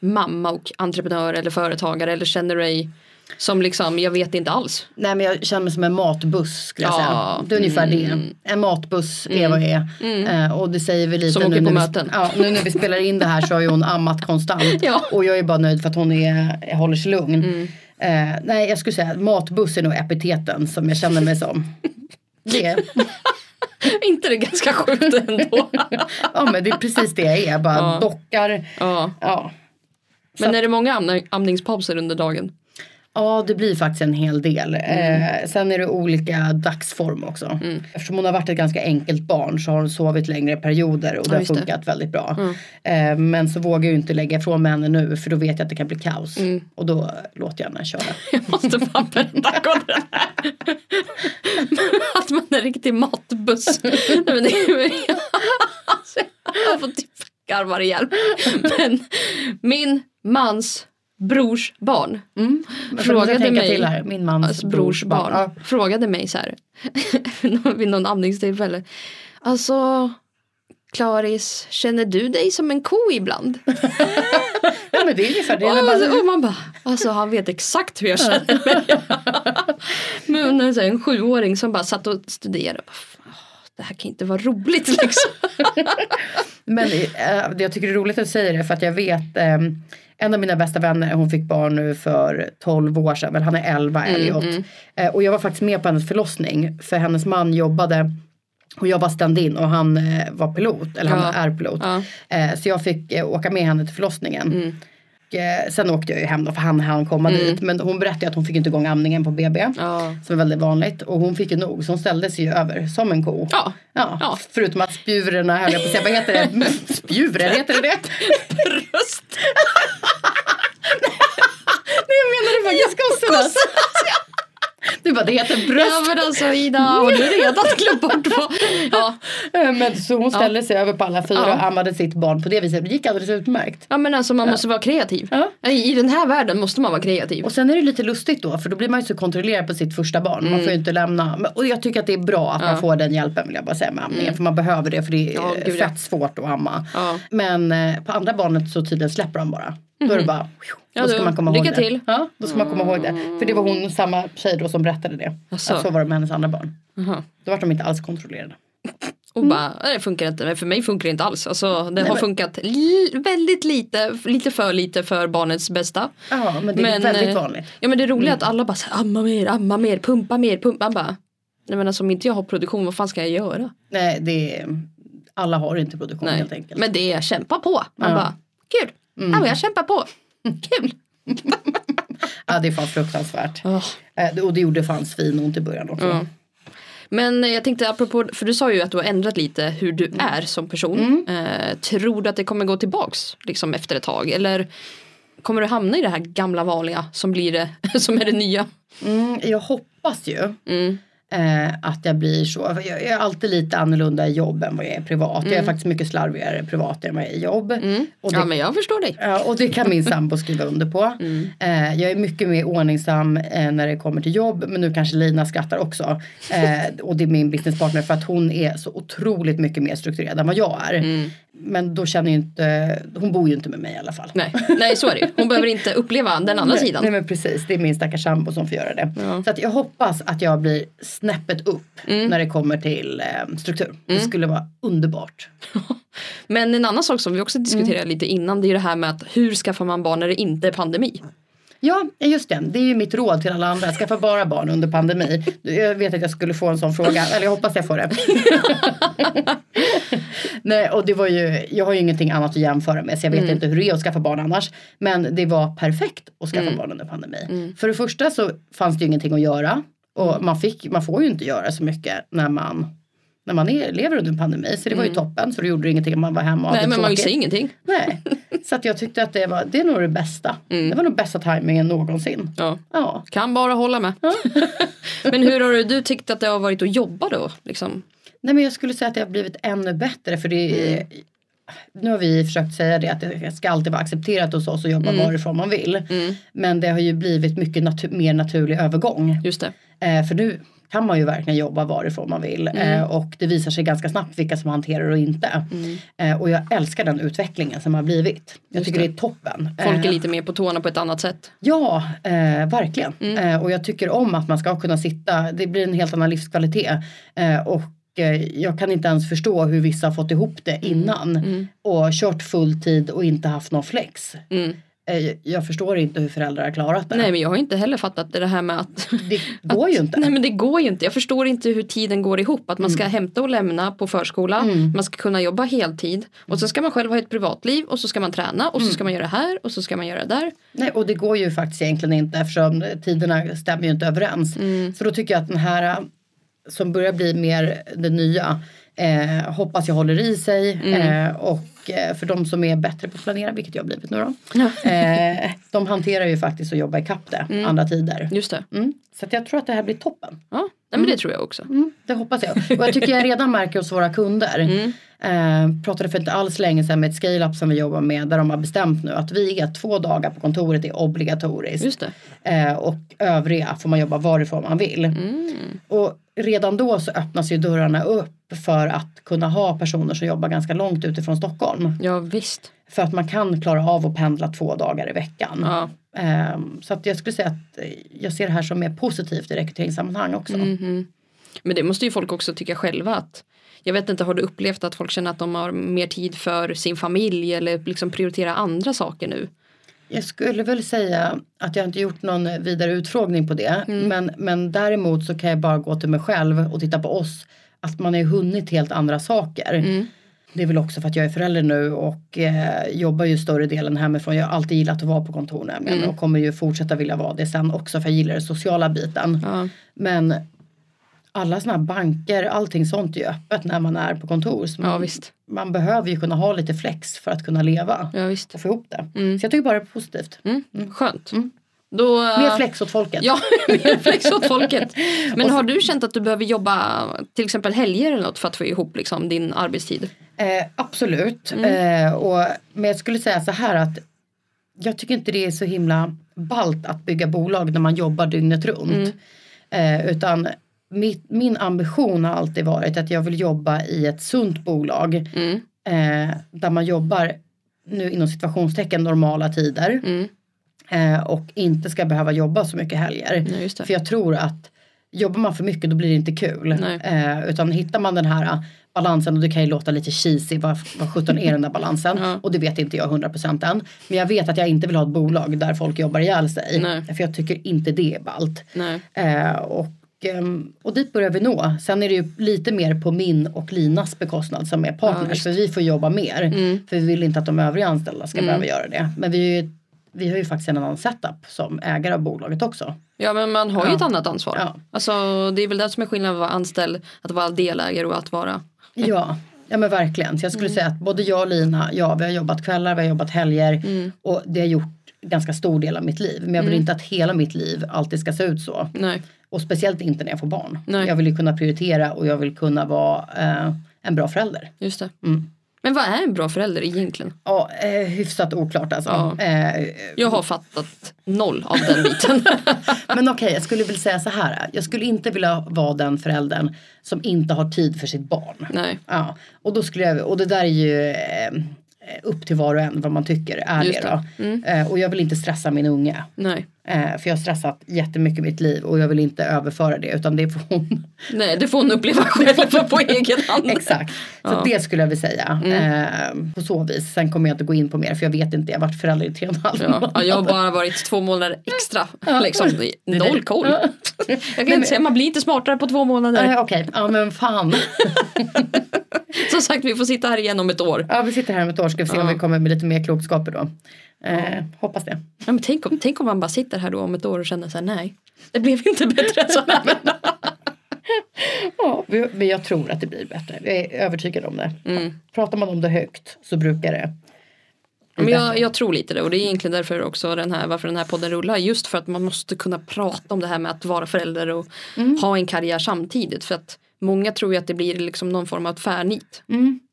Speaker 3: mamma och entreprenör eller företagare eller känner du dig som liksom, jag vet inte alls.
Speaker 1: Nej men jag känner mig som en matbuss skulle jag
Speaker 3: Ja,
Speaker 1: säga. Mm. Det är ungefär det. En matbuss är vad jag är. Eh, och det säger vi lite
Speaker 3: Som
Speaker 1: nu,
Speaker 3: åker på
Speaker 1: när
Speaker 3: möten.
Speaker 1: Vi, ja, nu när vi spelar in det här så har ju hon ammat konstant.
Speaker 3: Ja.
Speaker 1: Och jag är bara nöjd för att hon är, håller sig lugn. Eh, nej jag skulle säga att matbuss är nog epiteten som jag känner mig som. Det.
Speaker 3: inte det ganska sjukt ändå?
Speaker 1: Ja men det är precis det jag är. Bara
Speaker 3: Ja.
Speaker 1: dockar.
Speaker 3: ja.
Speaker 1: Ja.
Speaker 3: Men är det många amning, amningspauser under dagen?
Speaker 1: Ja, det blir faktiskt en hel del. Eh, sen är det olika dagsform också.
Speaker 3: Mm.
Speaker 1: Eftersom hon har varit ett ganska enkelt barn så har hon sovit längre perioder och det har
Speaker 3: just det. Mm.
Speaker 1: funkat väldigt bra. Eh, men så vågar jag ju inte lägga ifrån mig henne nu för då vet jag att det kan bli kaos.
Speaker 3: Mm.
Speaker 1: Och då låter jag henne köra.
Speaker 3: Jag måste bara berätta om det här. Att man är en riktig matbuss. Nej, men det är, alltså, jag får typ garvar ihjäl. Men min mans brors barn
Speaker 1: Men sen måste jag
Speaker 3: frågade
Speaker 1: tänka
Speaker 3: mig
Speaker 1: till här. Min mans
Speaker 3: Alltså, brors barn
Speaker 1: Ja.
Speaker 3: frågade mig så här vid någon amningstillfälle. Alltså Klaris, känner du dig som en ko ibland?
Speaker 1: Ja, men det är ungefär det. Eller
Speaker 3: Och,
Speaker 1: bara,
Speaker 3: så- Alltså, och man bara, alltså han vet exakt hur jag känner mig. Men när så här, en sjuåring som bara satt och studerade. Bara, "Fan, det här kan inte vara roligt liksom.
Speaker 1: Men eh, jag tycker det är roligt att du säger det för att jag vet eh, en av mina bästa vänner, hon fick barn nu för 12 år sedan, men han är 11,
Speaker 3: Mm,
Speaker 1: Elliot. Eh, och jag var faktiskt med på hennes förlossning för hennes man jobbade och jag var stand-in och han eh, var pilot, eller han
Speaker 3: Ja.
Speaker 1: är pilot.
Speaker 3: Ja. Mm.
Speaker 1: Eh, så jag fick eh, åka med henne till förlossningen. Och, eh, sen åkte jag ju hem då för han hann komma dit. Men hon berättade att hon fick inte igång amningen på BB.
Speaker 3: Ja.
Speaker 1: Som är väldigt vanligt. Och hon fick ju nog så hon ställde sig ju över som en ko.
Speaker 3: Ja.
Speaker 1: Ja,
Speaker 3: Ja.
Speaker 1: förutom att spjurerna höll jag på att säga, vad heter det? Spjurer, heter det det?
Speaker 3: Röst.
Speaker 1: Nej jag menade faktiskt kossorna. Du bara, det heter
Speaker 3: Ja
Speaker 1: bröst.
Speaker 3: men alltså Ida, har du redan glömt bort vad? Ja.
Speaker 1: Men så hon ställde sig över på alla fyra
Speaker 3: Ja.
Speaker 1: och ammade sitt barn på det viset. Det gick alldeles utmärkt.
Speaker 3: ja men alltså man måste vara kreativ.
Speaker 1: Ja.
Speaker 3: I i den här världen måste man vara kreativ.
Speaker 1: Och sen är det lite lustigt då för då blir man ju så kontrollerad på sitt första barn. Man får ju inte lämna. men- Och jag tycker att det är bra att man får den hjälpen vill jag bara säga med amningen. För man behöver det för det är
Speaker 3: Ja, gud, ja.
Speaker 1: fett svårt att amma.
Speaker 3: Ja.
Speaker 1: Men eh, på andra barnet så tydligen släpper de bara. Då är det bara,
Speaker 3: Mhm. Ja,
Speaker 1: då ska
Speaker 3: då.
Speaker 1: man komma
Speaker 3: Lycka
Speaker 1: ihåg
Speaker 3: till.
Speaker 1: det. Ja, då ska man komma ihåg det. För det var hon, samma tjej då som berättade det.
Speaker 3: Jaså?
Speaker 1: Alltså. Att så var det med hennes andra barn.
Speaker 3: Jaha.
Speaker 1: Då var de inte alls kontrollerade.
Speaker 3: Och bara, "Nej, det funkar inte, Nej, för mig funkar det inte alls. Alltså, det
Speaker 1: Mm. Nej,
Speaker 3: har
Speaker 1: men-
Speaker 3: funkat li- väldigt lite, lite för lite för barnets bästa.
Speaker 1: Ja, men det är väldigt
Speaker 3: eh,
Speaker 1: vanligt.
Speaker 3: Ja men det roliga är
Speaker 1: Mm.
Speaker 3: att alla bara säger amma mer, amma mer, pumpa mer, pumpa. Man bara, nej men alltså om inte jag har produktion vad fan ska jag göra?
Speaker 1: Nej, det är, alla har inte produktion
Speaker 3: Nej.
Speaker 1: helt enkelt.
Speaker 3: Men det är kämpa på. Man
Speaker 1: Ja. Mm.
Speaker 3: bara, kul, ja, men jag kämpar på. Kul.
Speaker 1: Ja, det är fan fruktansvärt.
Speaker 3: Åh.
Speaker 1: Eh, Och det gjorde fan svinont i början också.
Speaker 3: Ja. Men eh, jag tänkte apropå, för du sa ju att du har ändrat lite hur du
Speaker 1: Mm.
Speaker 3: är som person. Eh, tror du att det kommer gå tillbaks liksom efter ett tag? Eller kommer du hamna i det här gamla vanliga som blir det, som är det nya?
Speaker 1: Mm, jag hoppas ju
Speaker 3: Mm.
Speaker 1: eh, att jag blir så. Jag jag är alltid lite annorlunda i jobb än vad jag är privat. Jag är faktiskt mycket slarvigare privat än vad jag är i jobb. Och, det,
Speaker 3: Mm. Ja men jag förstår dig.
Speaker 1: ja, Eh, och det kan min sambo skriva under på.
Speaker 3: Mm.
Speaker 1: Eh, jag är mycket mer ordningsam eh, när det kommer till jobb. Men nu kanske Lina skrattar också. Eh, och det är min businesspartner för att hon är så otroligt mycket mer strukturerad än vad jag är.
Speaker 3: Mm.
Speaker 1: Men då känner ju inte, hon bor ju inte med mig i alla fall.
Speaker 3: Nej, nej så är det ju. Hon behöver inte uppleva den andra
Speaker 1: Nej,
Speaker 3: sidan.
Speaker 1: Nej men precis, det är min stackars sambo som får göra det.
Speaker 3: Ja. Mm.
Speaker 1: Så att jag hoppas att jag blir snäppet upp när det kommer till eh, struktur. Det skulle vara underbart.
Speaker 3: Men en annan sak som vi också diskuterade
Speaker 1: Mm.
Speaker 3: lite innan det är ju det här med att hur skaffar man barn när det inte är pandemi?
Speaker 1: Ja, just det. Det är ju mitt råd till alla andra. Skaffa bara barn under pandemi. Jag vet att jag skulle få en sån fråga. Eller jag hoppas jag får det. Nej, och det var ju, jag har ju ingenting annat att jämföra med så jag vet
Speaker 3: Mm.
Speaker 1: inte hur det är att skaffa barn annars. Men det var perfekt att skaffa
Speaker 3: Mm.
Speaker 1: barn under pandemi. För det första så fanns det ju ingenting att göra.
Speaker 3: Mm.
Speaker 1: Och man, fick, man får ju inte göra så mycket när man, när man är, lever under en pandemi. Så det var ju toppen. Så det gjorde ingenting om man var hemma och
Speaker 3: Mm. nej
Speaker 1: hade
Speaker 3: men man
Speaker 1: tråkigt.
Speaker 3: visste ingenting.
Speaker 1: Nej, så att jag tyckte att det var, det är nog det bästa.
Speaker 3: Mm.
Speaker 1: Det var nog bästa tajmingen någonsin.
Speaker 3: Ja.
Speaker 1: Ja.
Speaker 3: Kan bara hålla med. men hur har du, du tyckt att det har varit att jobba då? Liksom?
Speaker 1: Nej men jag skulle säga att det har blivit ännu bättre för det är,
Speaker 3: Mm.
Speaker 1: Nu har vi försökt säga det att det ska alltid vara accepterat hos oss att jobba
Speaker 3: Mm.
Speaker 1: varifrån man vill. Men det har ju blivit mycket natu- mer naturlig övergång.
Speaker 3: Just det.
Speaker 1: Eh, för nu kan man ju verkligen jobba varifrån man vill
Speaker 3: Mm.
Speaker 1: eh, och det visar sig ganska snabbt vilka som hanterar och inte. Eh, och jag älskar den utvecklingen som har blivit. Jag
Speaker 3: Just
Speaker 1: tycker
Speaker 3: det.
Speaker 1: det. är toppen.
Speaker 3: Folk är
Speaker 1: Eh,
Speaker 3: lite mer på tårna på ett annat sätt.
Speaker 1: Ja, eh, verkligen.
Speaker 3: Mm.
Speaker 1: Eh, och jag tycker om att man ska kunna sitta, det blir en helt annan livskvalitet. Eh, och eh, jag kan inte ens förstå hur vissa har fått ihop det
Speaker 3: Mm.
Speaker 1: innan och kört full tid och inte haft någon flex.
Speaker 3: Mm.
Speaker 1: Eh, jag förstår inte hur föräldrar har klarat det.
Speaker 3: Nej men jag har inte heller fattat det här med att
Speaker 1: det går ju inte.
Speaker 3: Nej men det går ju inte. Jag förstår inte hur tiden går ihop. Att man
Speaker 1: Mm.
Speaker 3: ska hämta och lämna på förskola. Man ska kunna jobba heltid. Och så ska man själv ha ett privatliv. Och så ska man träna. Och
Speaker 1: Mm.
Speaker 3: så ska man göra det här. Och så ska man göra det där.
Speaker 1: Nej, och det går ju faktiskt egentligen inte eftersom eh, tiderna stämmer ju inte överens. Så då tycker jag att den här eh, som börjar bli mer det nya eh, hoppas jag håller i sig. Eh, och eh, för de som är bättre på att planera, vilket jag har blivit nu då. Eh, de hanterar ju faktiskt att jobba ikapp det andra tider.
Speaker 3: Just det.
Speaker 1: Mm. Så att jag tror att det här blir toppen.
Speaker 3: Ja. Nej, men det tror jag också.
Speaker 1: Mm, det hoppas jag. Och jag tycker jag redan märker hos våra kunder. Eh, pratade för inte alls länge sedan med ett scale-up som vi jobbar med där de har bestämt nu att vi är två dagar på kontoret är obligatoriskt.
Speaker 3: Just det.
Speaker 1: Eh, och övriga får man jobba varifrån man vill.
Speaker 3: Mm.
Speaker 1: Och redan då så öppnas ju dörrarna upp för att kunna ha personer som jobbar ganska långt utifrån Stockholm.
Speaker 3: Ja visst.
Speaker 1: För att man kan klara av att pendla två dagar i veckan.
Speaker 3: Ja.
Speaker 1: Ehm, så att jag skulle säga att eh, jag ser det här som mer positivt i rekryteringssammanhang också.
Speaker 3: Mhm. Men det måste ju folk också tycka själva att jag vet inte, har du upplevt att folk känner att de har mer tid för sin familj eller liksom prioriterar andra saker nu?
Speaker 1: Jag skulle väl säga att jag inte gjort någon vidare utfrågning på det.
Speaker 3: Mm.
Speaker 1: Men, men däremot så kan jag bara gå till mig själv och titta på oss. Att man har ju hunnit helt andra saker.
Speaker 3: Mm.
Speaker 1: Det är väl också för att jag är förälder nu och eh, jobbar ju större delen hemifrån. Jag har alltid gillat att vara på kontor nämligen
Speaker 3: Mm.
Speaker 1: och kommer ju fortsätta vilja vara det sen också för jag gillar den sociala biten.
Speaker 3: Ja.
Speaker 1: Men alla sådana här banker, allting sånt är ju öppet när man är på kontor. Så man,
Speaker 3: Ja visst.
Speaker 1: man behöver ju kunna ha lite flex för att kunna leva
Speaker 3: Ja visst.
Speaker 1: och få ihop det. Så jag tycker bara det är positivt.
Speaker 3: Mm. Skönt. Då,
Speaker 1: Mer flex åt folket.
Speaker 3: Ja, mer flex åt folket. Men har du känt att du behöver jobba till exempel helger eller något för att få ihop liksom, din arbetstid?
Speaker 1: Eh, absolut.
Speaker 3: Mm.
Speaker 1: Eh, och, men jag skulle säga så här att jag tycker inte det är så himla ballt att bygga bolag när man jobbar dygnet runt.
Speaker 3: Mm.
Speaker 1: Eh, utan mitt, min ambition har alltid varit att jag vill jobba i ett sunt bolag
Speaker 3: Mm.
Speaker 1: eh, där man jobbar nu inom situationstecken normala
Speaker 3: Mm.
Speaker 1: tider eh, och inte ska behöva jobba så mycket helger.
Speaker 3: Nej, just det.
Speaker 1: För jag tror att jobbar man för mycket då blir det inte kul.
Speaker 3: Nej.
Speaker 1: Eh, utan hittar man den här ah, balansen, och det kan ju låta lite cheesy, vad, vad sjutton är den där balansen?
Speaker 3: Ja.
Speaker 1: Och det vet inte jag 100% än. Men jag vet att jag inte vill ha ett bolag där folk jobbar ihjäl sig.
Speaker 3: Nej.
Speaker 1: För jag tycker inte det är ballt.
Speaker 3: Nej.
Speaker 1: Eh, och, ehm, och dit börjar vi nå. Sen är det ju lite mer på min och Linas bekostnad som är
Speaker 3: Ja, Mm.
Speaker 1: partners.
Speaker 3: visst.
Speaker 1: för vi får jobba mer. För vi vill inte att de övriga anställda
Speaker 3: Mm.
Speaker 1: ska behöva göra det. Men vi, är ju- vi har ju faktiskt en annan setup som ägare av bolaget också.
Speaker 3: Ja men man har ju
Speaker 1: Ja.
Speaker 3: ett annat ansvar.
Speaker 1: Ja.
Speaker 3: Alltså, det är väl det som är skillnaden att vara anställd, att vara delägare och att vara Mm.
Speaker 1: Ja, ja men verkligen. Så jag skulle säga att både jag och Lina, ja vi har jobbat kvällar, vi har jobbat helger
Speaker 3: Mm.
Speaker 1: och det har gjort ganska stor del av mitt liv. Men jag vill inte att hela mitt liv alltid ska se ut så.
Speaker 3: Nej.
Speaker 1: Och speciellt inte när jag får barn.
Speaker 3: Nej.
Speaker 1: Jag vill ju kunna prioritera och jag vill kunna vara eh, en bra förälder.
Speaker 3: Just det.
Speaker 1: Mm.
Speaker 3: Men vad är en bra förälder egentligen?
Speaker 1: Ja, eh, hyfsat oklart alltså.
Speaker 3: Ja.
Speaker 1: Eh,
Speaker 3: Jag har fattat noll av den biten.
Speaker 1: men okej, jag skulle vilja säga så här. Jag skulle inte vilja vara den föräldern som inte har tid för sitt barn.
Speaker 3: Nej.
Speaker 1: Ja, och, då skulle jag, och det där är ju eh, upp till var och en vad man tycker är
Speaker 3: Just
Speaker 1: det.
Speaker 3: det. Mm.
Speaker 1: Då. Eh, och jag vill inte stressa min unge.
Speaker 3: Nej.
Speaker 1: Eh, för jag har stressat jättemycket i mitt liv och jag vill inte överföra det utan det får hon.
Speaker 3: Nej, det får hon uppleva själv på egen hand.
Speaker 1: Exakt. Så
Speaker 3: Ja. Mm.
Speaker 1: det skulle jag vilja säga. Eh, på så vis. Sen kommer jag inte gå in på mer för jag vet inte. Jag har varit förälder i tre och en halv
Speaker 3: Ja, ja,
Speaker 1: månad.
Speaker 3: jag har bara varit två månader extra.
Speaker 1: Ja.
Speaker 3: Liksom. Noll koll.
Speaker 1: Ja.
Speaker 3: Jag kan inte säga, man blir inte smartare på två månader.
Speaker 1: Eh, Okej, ja men fan.
Speaker 3: Som sagt, vi får sitta här igen om ett år.
Speaker 1: Ja, vi sitter här om ett år ska vi se om
Speaker 3: Ja.
Speaker 1: vi kommer med lite mer klokskaper då. Eh, Hoppas det.
Speaker 3: Ja, men tänk, om, tänk om man bara sitter här då om ett år och känner så här, nej, det blev inte bättre än så här.
Speaker 1: Ja, vi- men jag tror att det blir bättre. Jag är övertygad om det.
Speaker 3: Mm.
Speaker 1: Pratar man om det högt så brukar det.
Speaker 3: Men jag, jag tror lite det och det är egentligen därför också den här, varför den här podden rullar. Just för att man måste kunna prata om det här med att vara förälder och ha en karriär samtidigt. För att många tror ju att det blir liksom någon form av tvärnit.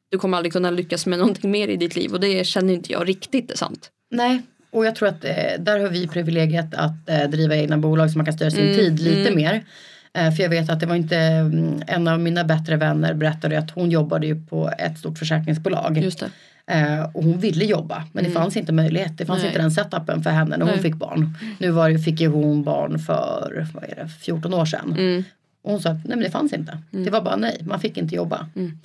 Speaker 3: Du kommer aldrig kunna lyckas med någonting mer i ditt liv och det känner inte jag riktigt är sant.
Speaker 1: Nej, och jag tror att eh, där har vi privilegiet att eh, driva egna bolag så man kan styra
Speaker 3: Mm,
Speaker 1: sin tid lite mer. Eh, för jag vet att det var inte mm, en av mina bättre vänner berättade att hon jobbade ju på ett stort försäkringsbolag.
Speaker 3: Just det.
Speaker 1: Eh, och hon ville jobba men det fanns inte möjlighet. Det fanns
Speaker 3: Nej.
Speaker 1: inte den setupen för henne när hon
Speaker 3: Nej.
Speaker 1: fick barn. Nu var det, fick ju hon barn för vad är det, 14 år sedan.
Speaker 3: Mm.
Speaker 1: Och hon sa att nej men det fanns inte. Det var bara nej, man fick inte jobba.
Speaker 3: Mm.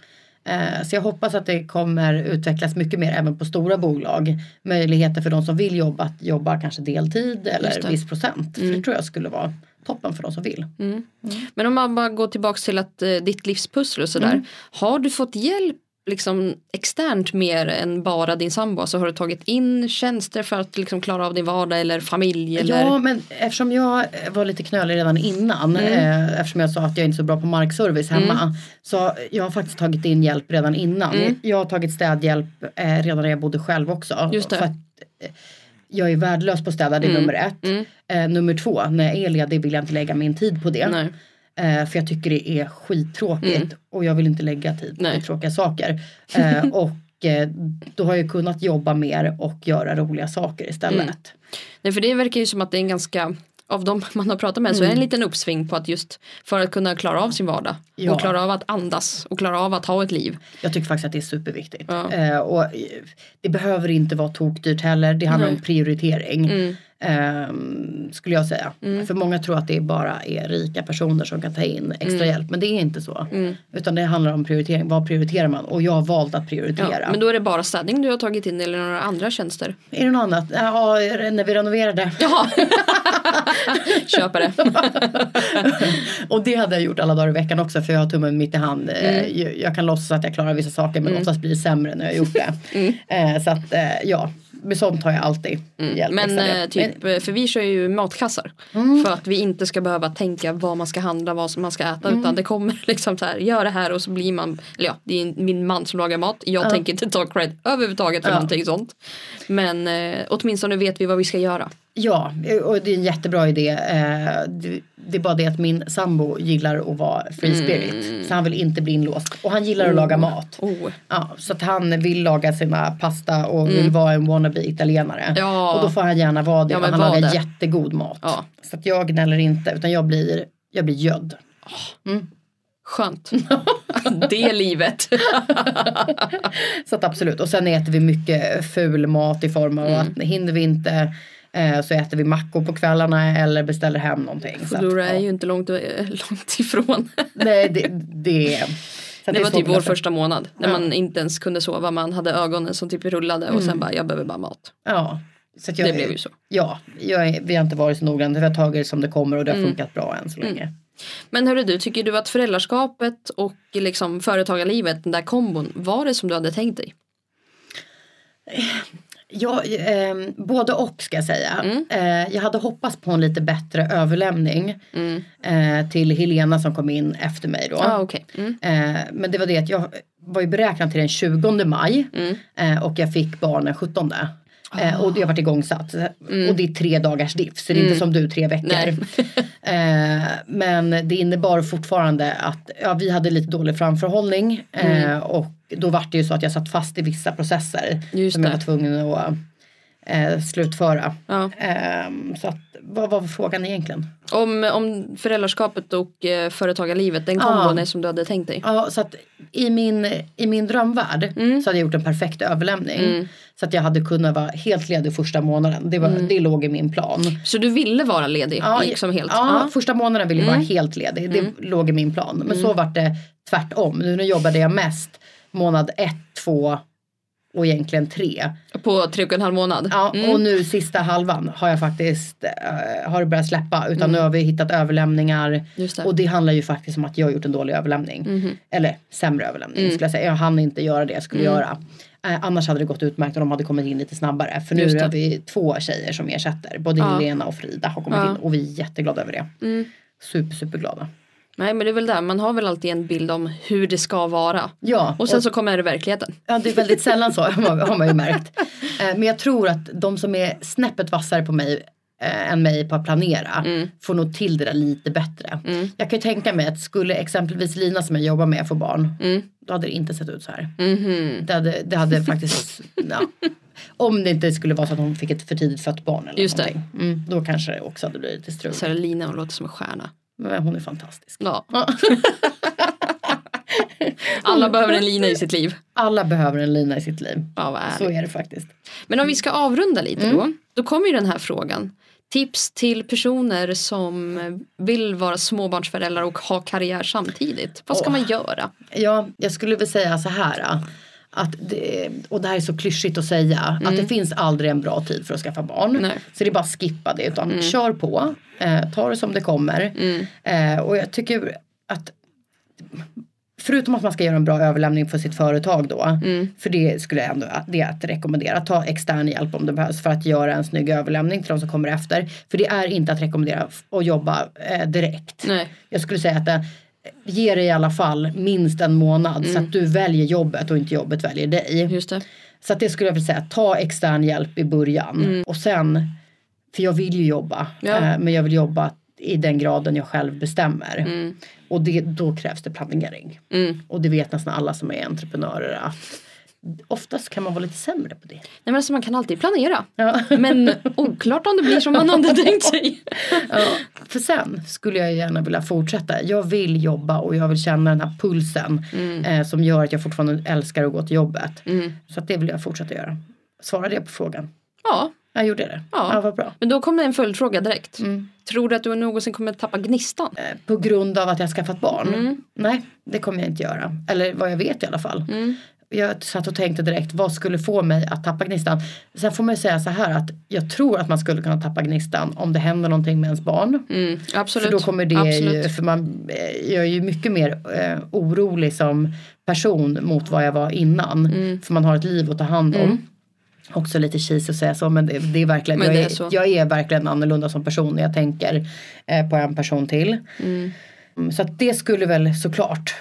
Speaker 1: Eh, Så jag hoppas att det kommer utvecklas mycket mer även på stora bolag. Möjligheter för de som vill jobba att jobba kanske deltid
Speaker 3: Just det. Mm.
Speaker 1: eller viss procent. För det tror jag skulle vara toppen för de som vill.
Speaker 3: Men om man bara går tillbaka till att, eh, ditt livspussel och sådär.
Speaker 1: Mm.
Speaker 3: Har du fått hjälp liksom, externt mer än bara din sambo? Alltså, har du tagit in tjänster för att liksom, klara av din vardag eller familj? Eller?
Speaker 1: Ja, men eftersom jag eh, var lite knölig redan innan,
Speaker 3: Mm.
Speaker 1: eh, eftersom jag sa att jag inte är så bra på markservice hemma, så jag har faktiskt tagit in hjälp redan innan.
Speaker 3: Mm.
Speaker 1: Jag har tagit städhjälp eh, redan när jag bodde själv också.
Speaker 3: Just det. Mm.
Speaker 1: För att, eh, jag är värdelös på att städa, det är nummer ett. Eh, nummer två, när jag är ledig vill jag inte lägga min tid på det.
Speaker 3: Nej. Mm.
Speaker 1: Eh, för jag tycker det är skittråkigt och jag vill inte lägga tid på
Speaker 3: Nej.
Speaker 1: tråkiga saker. Eh, och eh, då har jag kunnat jobba mer och göra roliga saker istället.
Speaker 3: Mm. Nej för det verkar ju som att det är en ganska av dem man har pratat med så är
Speaker 1: Mm.
Speaker 3: det en liten uppsving på att just för att kunna klara av sin vardag
Speaker 1: Ja.
Speaker 3: och klara av att andas och klara av att ha ett liv.
Speaker 1: Jag tycker faktiskt att det är superviktigt.
Speaker 3: Ja.
Speaker 1: Eh, och eh, det behöver inte vara tokdyrt heller. Det handlar
Speaker 3: Nej. Mm.
Speaker 1: om prioritering. ehm, skulle jag säga. För många tror att det bara är rika personer som kan ta in extra
Speaker 3: Mm.
Speaker 1: hjälp. Men det är inte så. Utan det handlar om prioritering. Vad prioriterar man? Och jag har valt att
Speaker 3: Ja.
Speaker 1: prioritera.
Speaker 3: Men då är det bara städning du har tagit in eller några andra tjänster.
Speaker 1: Är det något annat? Ja, när vi renoverade.
Speaker 3: Jaha, köper det.
Speaker 1: Och det hade jag gjort alla dagar i veckan också för jag har tummen mitt i hand. Eh,
Speaker 3: Mm.
Speaker 1: Jag, jag kan låtsas att jag klarar vissa saker men oftast blir det sämre när jag har gjort det.
Speaker 3: Mm.
Speaker 1: Eh, Så att eh, ja, med sånt har jag alltid hjälp.
Speaker 3: Men
Speaker 1: extra hjälp.
Speaker 3: eh, typ, eh, för vi kör ju matkassar
Speaker 1: Mm.
Speaker 3: för att vi inte ska behöva tänka vad man ska handla, vad som man ska äta
Speaker 1: Mm.
Speaker 3: utan det kommer liksom så här, gör det här och så blir man, eller ja, det är ju min man som lagar mat, jag tänker inte ta cred överhuvudtaget för
Speaker 1: Ja.
Speaker 3: någonting sånt. Men eh, åtminstone vet vi vad vi ska göra.
Speaker 1: Ja, och det är en jättebra idé. Eh, det- Det är bara det att min sambo gillar att vara free spirit. Så han vill inte bli inlåst. Och han gillar att laga mat.
Speaker 3: Mm. Oh.
Speaker 1: Ja, så att han vill laga sina pasta och vill vara en wannabe italienare.
Speaker 3: Mm. Ja.
Speaker 1: Och då får han gärna vara det.
Speaker 3: Ja,
Speaker 1: och
Speaker 3: men
Speaker 1: han
Speaker 3: var
Speaker 1: lagar
Speaker 3: det.
Speaker 1: jättegod mat.
Speaker 3: Ja.
Speaker 1: Så att jag gnäller inte utan jag blir, jag blir gödd.
Speaker 3: Skönt. det livet. Mm.
Speaker 1: Så att absolut. Och sen äter vi mycket ful mat i form av att hinner vi inte Eh, så äter vi mackor på kvällarna eller beställer hem någonting. Så att,
Speaker 3: Foodora är
Speaker 1: ja.
Speaker 3: ju inte långt, eh, långt ifrån.
Speaker 1: Nej, det, det, så att det
Speaker 3: Det
Speaker 1: är
Speaker 3: var
Speaker 1: svårt
Speaker 3: typ
Speaker 1: att
Speaker 3: vår
Speaker 1: lösa.
Speaker 3: första månad när
Speaker 1: Ja. Mm.
Speaker 3: man inte ens kunde sova. Man hade ögonen som typ rullade och sen bara jag behöver bara mat.
Speaker 1: Ja. Så att jag,
Speaker 3: Det blev ju så.
Speaker 1: Ja, jag är, vi har inte varit så noggranna. Vi har tagit det som det kommer och det har
Speaker 3: Mm.
Speaker 1: funkat bra än så länge.
Speaker 3: Men hörru du, tycker du att föräldraskapet och liksom företagarlivet, den där kombon, var det som du hade tänkt dig?
Speaker 1: Ja, ehm, både och ska jag säga. Eh, jag hade hoppats på en lite bättre överlämning eh, till Helena som kom in efter mig då.
Speaker 3: Ja, ah, okej. Mm.
Speaker 1: Eh, men det var det att jag var ju beräknad till den 20 maj
Speaker 3: Mm.
Speaker 1: eh, och jag fick barn den 17. Eh, och jag varit igångsatt.
Speaker 3: Mm.
Speaker 1: Och det är tre dagars diff så det är inte som du tre veckor. eh, men det innebar fortfarande att ja, vi hade lite dålig framförhållning eh,
Speaker 3: Mm.
Speaker 1: och då var det ju så att jag satt fast i vissa processer
Speaker 3: Just
Speaker 1: som jag
Speaker 3: det.
Speaker 1: var tvungen att eh, slutföra.
Speaker 3: Ja.
Speaker 1: Ehm, så att, vad var frågan egentligen?
Speaker 3: Om, om föräldraskapet och eh, företagarlivet, den kombon är som du hade tänkt dig?
Speaker 1: Ja, så att i min, i min drömvärld så hade jag gjort en perfekt överlämning. Så att jag hade kunnat vara helt ledig första månaden. Det, var, Mm. det låg i min plan.
Speaker 3: Så du ville vara ledig liksom helt?
Speaker 1: Ja, Mm. första månaden ville jag vara helt ledig. Det låg i min plan. Men så var det tvärtom. Nu när jag jobbade jag mest månad ett, två och egentligen tre.
Speaker 3: Ja. På tre och en halv månad? Mm.
Speaker 1: Ja, Och nu sista halvan har jag faktiskt eh, har det börjat släppa. Utan nu har vi hittat överlämningar.
Speaker 3: Just det. Mhm.
Speaker 1: Och det handlar ju faktiskt om att jag har gjort en dålig överlämning. Eller sämre
Speaker 3: Mm.
Speaker 1: överlämning skulle jag säga. Jag hann inte göra det jag skulle göra. Eh, annars hade det gått utmärkt och de hade kommit in lite snabbare. För nu
Speaker 3: Just det.
Speaker 1: är vi två tjejer som ersätter. Både
Speaker 3: Ja.
Speaker 1: Helena och Frida har kommit
Speaker 3: Ja. Mm.
Speaker 1: in och vi är jätteglada över det. Super, superglada.
Speaker 3: Nej men det är väl där, man har väl alltid en bild om hur det ska vara.
Speaker 1: Ja,
Speaker 3: Och sen så kommer det verkligheten.
Speaker 1: Ja, det är väldigt sällan så har man- har man ju märkt. Eh, Men jag tror att de som är snäppet vassare på mig eh, än mig på att planera
Speaker 3: Mm.
Speaker 1: får nog till det där lite bättre. Jag kan ju tänka mig att skulle exempelvis Lina som jag jobbar med få barn,
Speaker 3: Mm.
Speaker 1: då hade det inte sett ut så här.
Speaker 3: Mm-hmm.
Speaker 1: Det, hade, det hade faktiskt, ja. Om det inte skulle vara så att hon fick ett för tidigt fött barn eller
Speaker 3: Just det.
Speaker 1: någonting. Mm, då kanske det också hade blivit lite strul.
Speaker 3: Så är det Lina och låter som en stjärna.
Speaker 1: Men hon är fantastisk.
Speaker 3: Ja. Alla behöver en Lina i sitt liv.
Speaker 1: Alla behöver en Lina i sitt liv.
Speaker 3: Ja, vad ärligt.
Speaker 1: Så är det faktiskt.
Speaker 3: Men om vi ska avrunda lite då. Då kommer ju den här frågan. Tips till personer som vill vara småbarnsföräldrar och ha karriär samtidigt. Vad ska
Speaker 1: Åh.
Speaker 3: man göra?
Speaker 1: Ja, jag skulle väl säga så här. äh, Att det, och det här är så klyschigt att säga. Att det finns aldrig en bra tid för att skaffa barn.
Speaker 3: Nej.
Speaker 1: Så det är bara att skippa det. Utan kör på. Eh, ta det som det kommer. Eh, och jag tycker att Förutom att man ska göra en bra överlämning för sitt företag då. För det skulle jag ändå det är att rekommendera. Ta extern hjälp om det behövs för att göra en snygg överlämning till de som kommer efter. För det är inte att rekommendera f- att jobba eh, direkt.
Speaker 3: Nej.
Speaker 1: Jag skulle säga att det ger dig i alla fall minst en månad så att du väljer jobbet och inte jobbet väljer dig.
Speaker 3: Just det.
Speaker 1: Så att det skulle jag vilja säga, ta extern hjälp i början och sen, för jag vill ju jobba,
Speaker 3: Ja.
Speaker 1: eh, men jag vill jobba i den graden jag själv bestämmer. Och det, då krävs det planering. Och det vet nästan alla som är entreprenörer att oftast kan man vara lite sämre på det.
Speaker 3: Nej, men alltså man kan alltid planera.
Speaker 1: Ja.
Speaker 3: Men oklart om det blir som man hade tänkt sig.
Speaker 1: Ja, för sen skulle jag gärna vilja fortsätta. Jag vill jobba och jag vill känna den här pulsen eh, som gör att jag fortfarande älskar att gå till jobbet. Så att det vill jag fortsätta göra. Svarade jag på frågan?
Speaker 3: Ja,
Speaker 1: Jag gjorde det.
Speaker 3: Ja.
Speaker 1: vad bra.
Speaker 3: men då kom det en följdfråga direkt. Tror du att du någonsin kommer tappa gnistan?
Speaker 1: Eh, På grund av att jag skaffat barn? Nej, det kommer jag inte göra. Eller vad jag vet i alla fall. Jag satt och tänkte direkt, vad skulle få mig att tappa gnistan? Sen får man ju säga så här att jag tror att man skulle kunna tappa gnistan om det händer någonting med ens barn.
Speaker 3: Mm, absolut.
Speaker 1: För då kommer det
Speaker 3: absolut.
Speaker 1: ju, för man, eh, jag är ju mycket mer eh, orolig som person mot vad jag var innan.
Speaker 3: Mm.
Speaker 1: För man har ett liv att ta hand om. Också lite cheesy att säga så men det, det är verkligen,
Speaker 3: Men
Speaker 1: jag,
Speaker 3: det är
Speaker 1: är,
Speaker 3: så.
Speaker 1: jag är verkligen annorlunda som person när jag tänker eh, på en person till. Mm, Så att det skulle väl såklart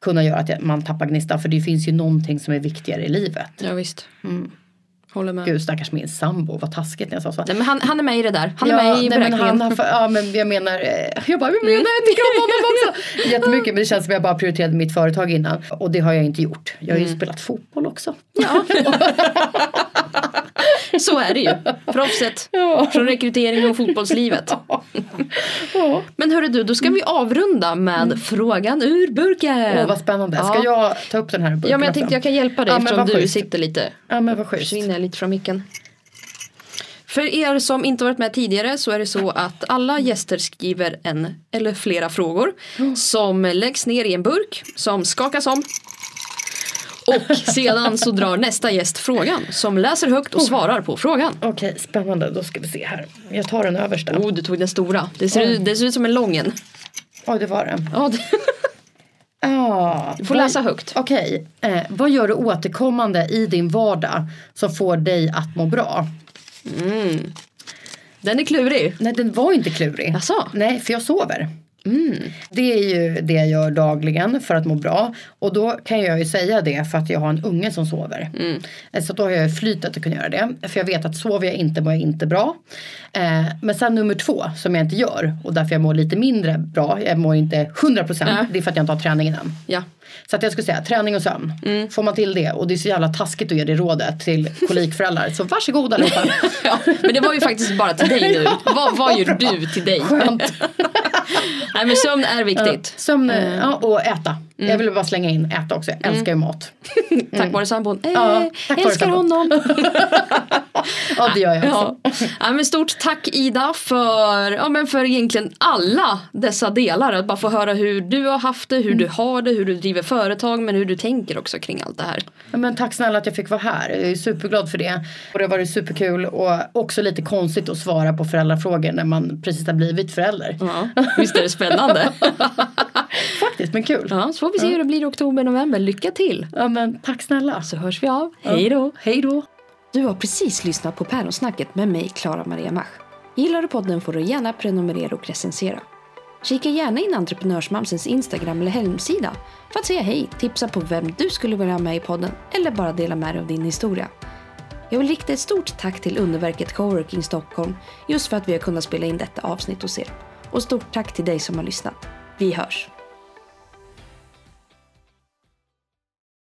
Speaker 1: kunna göra att jag- man tappar gnistan för det finns ju någonting som är viktigare i livet.
Speaker 3: Ja, visst. Mm. Håller med.
Speaker 1: Gud stackars min sambo, vad taskigt när jag sa så.
Speaker 3: Nej, men han, han är med i det där. Han är
Speaker 1: Ja,
Speaker 3: med i
Speaker 1: nej, men han
Speaker 3: beräkningen.
Speaker 1: har, för- ja men jag menar, eh, jag bara, jag menar jag tycker om honom också. Jättemycket men det känns som jag bara prioriterade mitt företag innan. Och det har jag inte gjort. Jag har
Speaker 3: Mm.
Speaker 1: ju spelat fotboll också.
Speaker 3: Så är det ju. Proffset. Från rekrytering och fotbollslivet.
Speaker 1: Ja. Mm.
Speaker 3: Men hörru du, då ska vi avrunda med frågan ur burken.
Speaker 1: Åh vad spännande. Ska
Speaker 3: Ja.
Speaker 1: jag ta upp den här burken
Speaker 3: Ja men jag
Speaker 1: också?
Speaker 3: tänkte jag kan hjälpa dig
Speaker 1: Ja, men
Speaker 3: eftersom
Speaker 1: vad
Speaker 3: du
Speaker 1: schysst.
Speaker 3: sitter lite,
Speaker 1: Ja men vad schysst.
Speaker 3: försvinner lite från micken. För er som inte varit med tidigare så är det så att alla gäster skriver en eller flera frågor
Speaker 1: Mm.
Speaker 3: som läggs ner i en burk som skakas om och sedan så drar nästa gäst frågan som läser högt
Speaker 1: Mm.
Speaker 3: och svarar på frågan.
Speaker 1: Okej, spännande. Då ska vi se här. Jag tar den översta.
Speaker 3: Oh, du tog den stora. Det ser, ut- det ser ut som en lång en.
Speaker 1: Ja, det var den.
Speaker 3: Ja, det,
Speaker 1: Ja.
Speaker 3: du får läsa högt.
Speaker 1: Okej, eh, vad gör du återkommande i din vardag som får dig att må bra?
Speaker 3: Den är klurig.
Speaker 1: Nej, den var inte klurig.
Speaker 3: Jaså?
Speaker 1: Nej, för jag sover. Det är ju det jag gör dagligen för att må bra. Och då kan jag ju säga det för att jag har en unge som sover. Eh, Så då har jag ju flytet att kunna göra det. För jag vet att sover jag inte mår jag inte bra. Eh, men sen nummer två som jag inte gör och därför jag mår lite mindre bra. Jag mår ju inte 100%
Speaker 3: Nej.
Speaker 1: det är för att jag inte har träningen än.
Speaker 3: Ja.
Speaker 1: Så att jag skulle säga träning och sömn. Får man till det och det är så jävla taskigt att ge det rådet till kolikföräldrar. Så varsågod allihopa.
Speaker 3: ja. Men det var ju faktiskt bara till dig nu. Vad, vad gör du till dig?
Speaker 1: Skönt.
Speaker 3: Nej men sömn är viktigt.
Speaker 1: Sömn ja, och äta. Jag vill bara slänga in äta också. Jag älskar ju mat.
Speaker 3: Tack vare sambon. Eh,
Speaker 1: Ja, tack vare
Speaker 3: älskar
Speaker 1: sambon.
Speaker 3: honom.
Speaker 1: Ja det gör jag också.
Speaker 3: Ja. Ja, men stort tack Ida för, ja, men för egentligen alla dessa delar. Att bara få höra hur du har haft det, hur du har det, hur du driver företag men hur du tänker också kring allt det här.
Speaker 1: Ja, Men tack snälla att jag fick vara här. Jag är superglad för det. Och det har varit superkul och också lite konstigt att svara på föräldrafrågor när man precis har blivit förälder.
Speaker 3: Ja. Visst är det spännande?
Speaker 1: Faktiskt, men kul.
Speaker 3: Ja, så får vi se hur det blir i oktober, november. Lycka till!
Speaker 1: Ja, men tack snälla.
Speaker 3: Så hörs vi av. Hej då!
Speaker 1: Hej då.
Speaker 4: Du har precis lyssnat på Päronsnacket med mig, Klara Maria Mach. Gillar du podden får du gärna prenumerera och recensera. Kika gärna in Entreprenörsmamsens Instagram eller hemsida för att säga hej, tipsa på vem du skulle vilja ha med i podden eller bara dela med dig av din historia. Jag vill rikta ett stort tack till Underverket Coworking Stockholm just för att vi har kunnat spela in detta avsnitt hos er. Och stort tack till dig som har lyssnat. Vi hörs!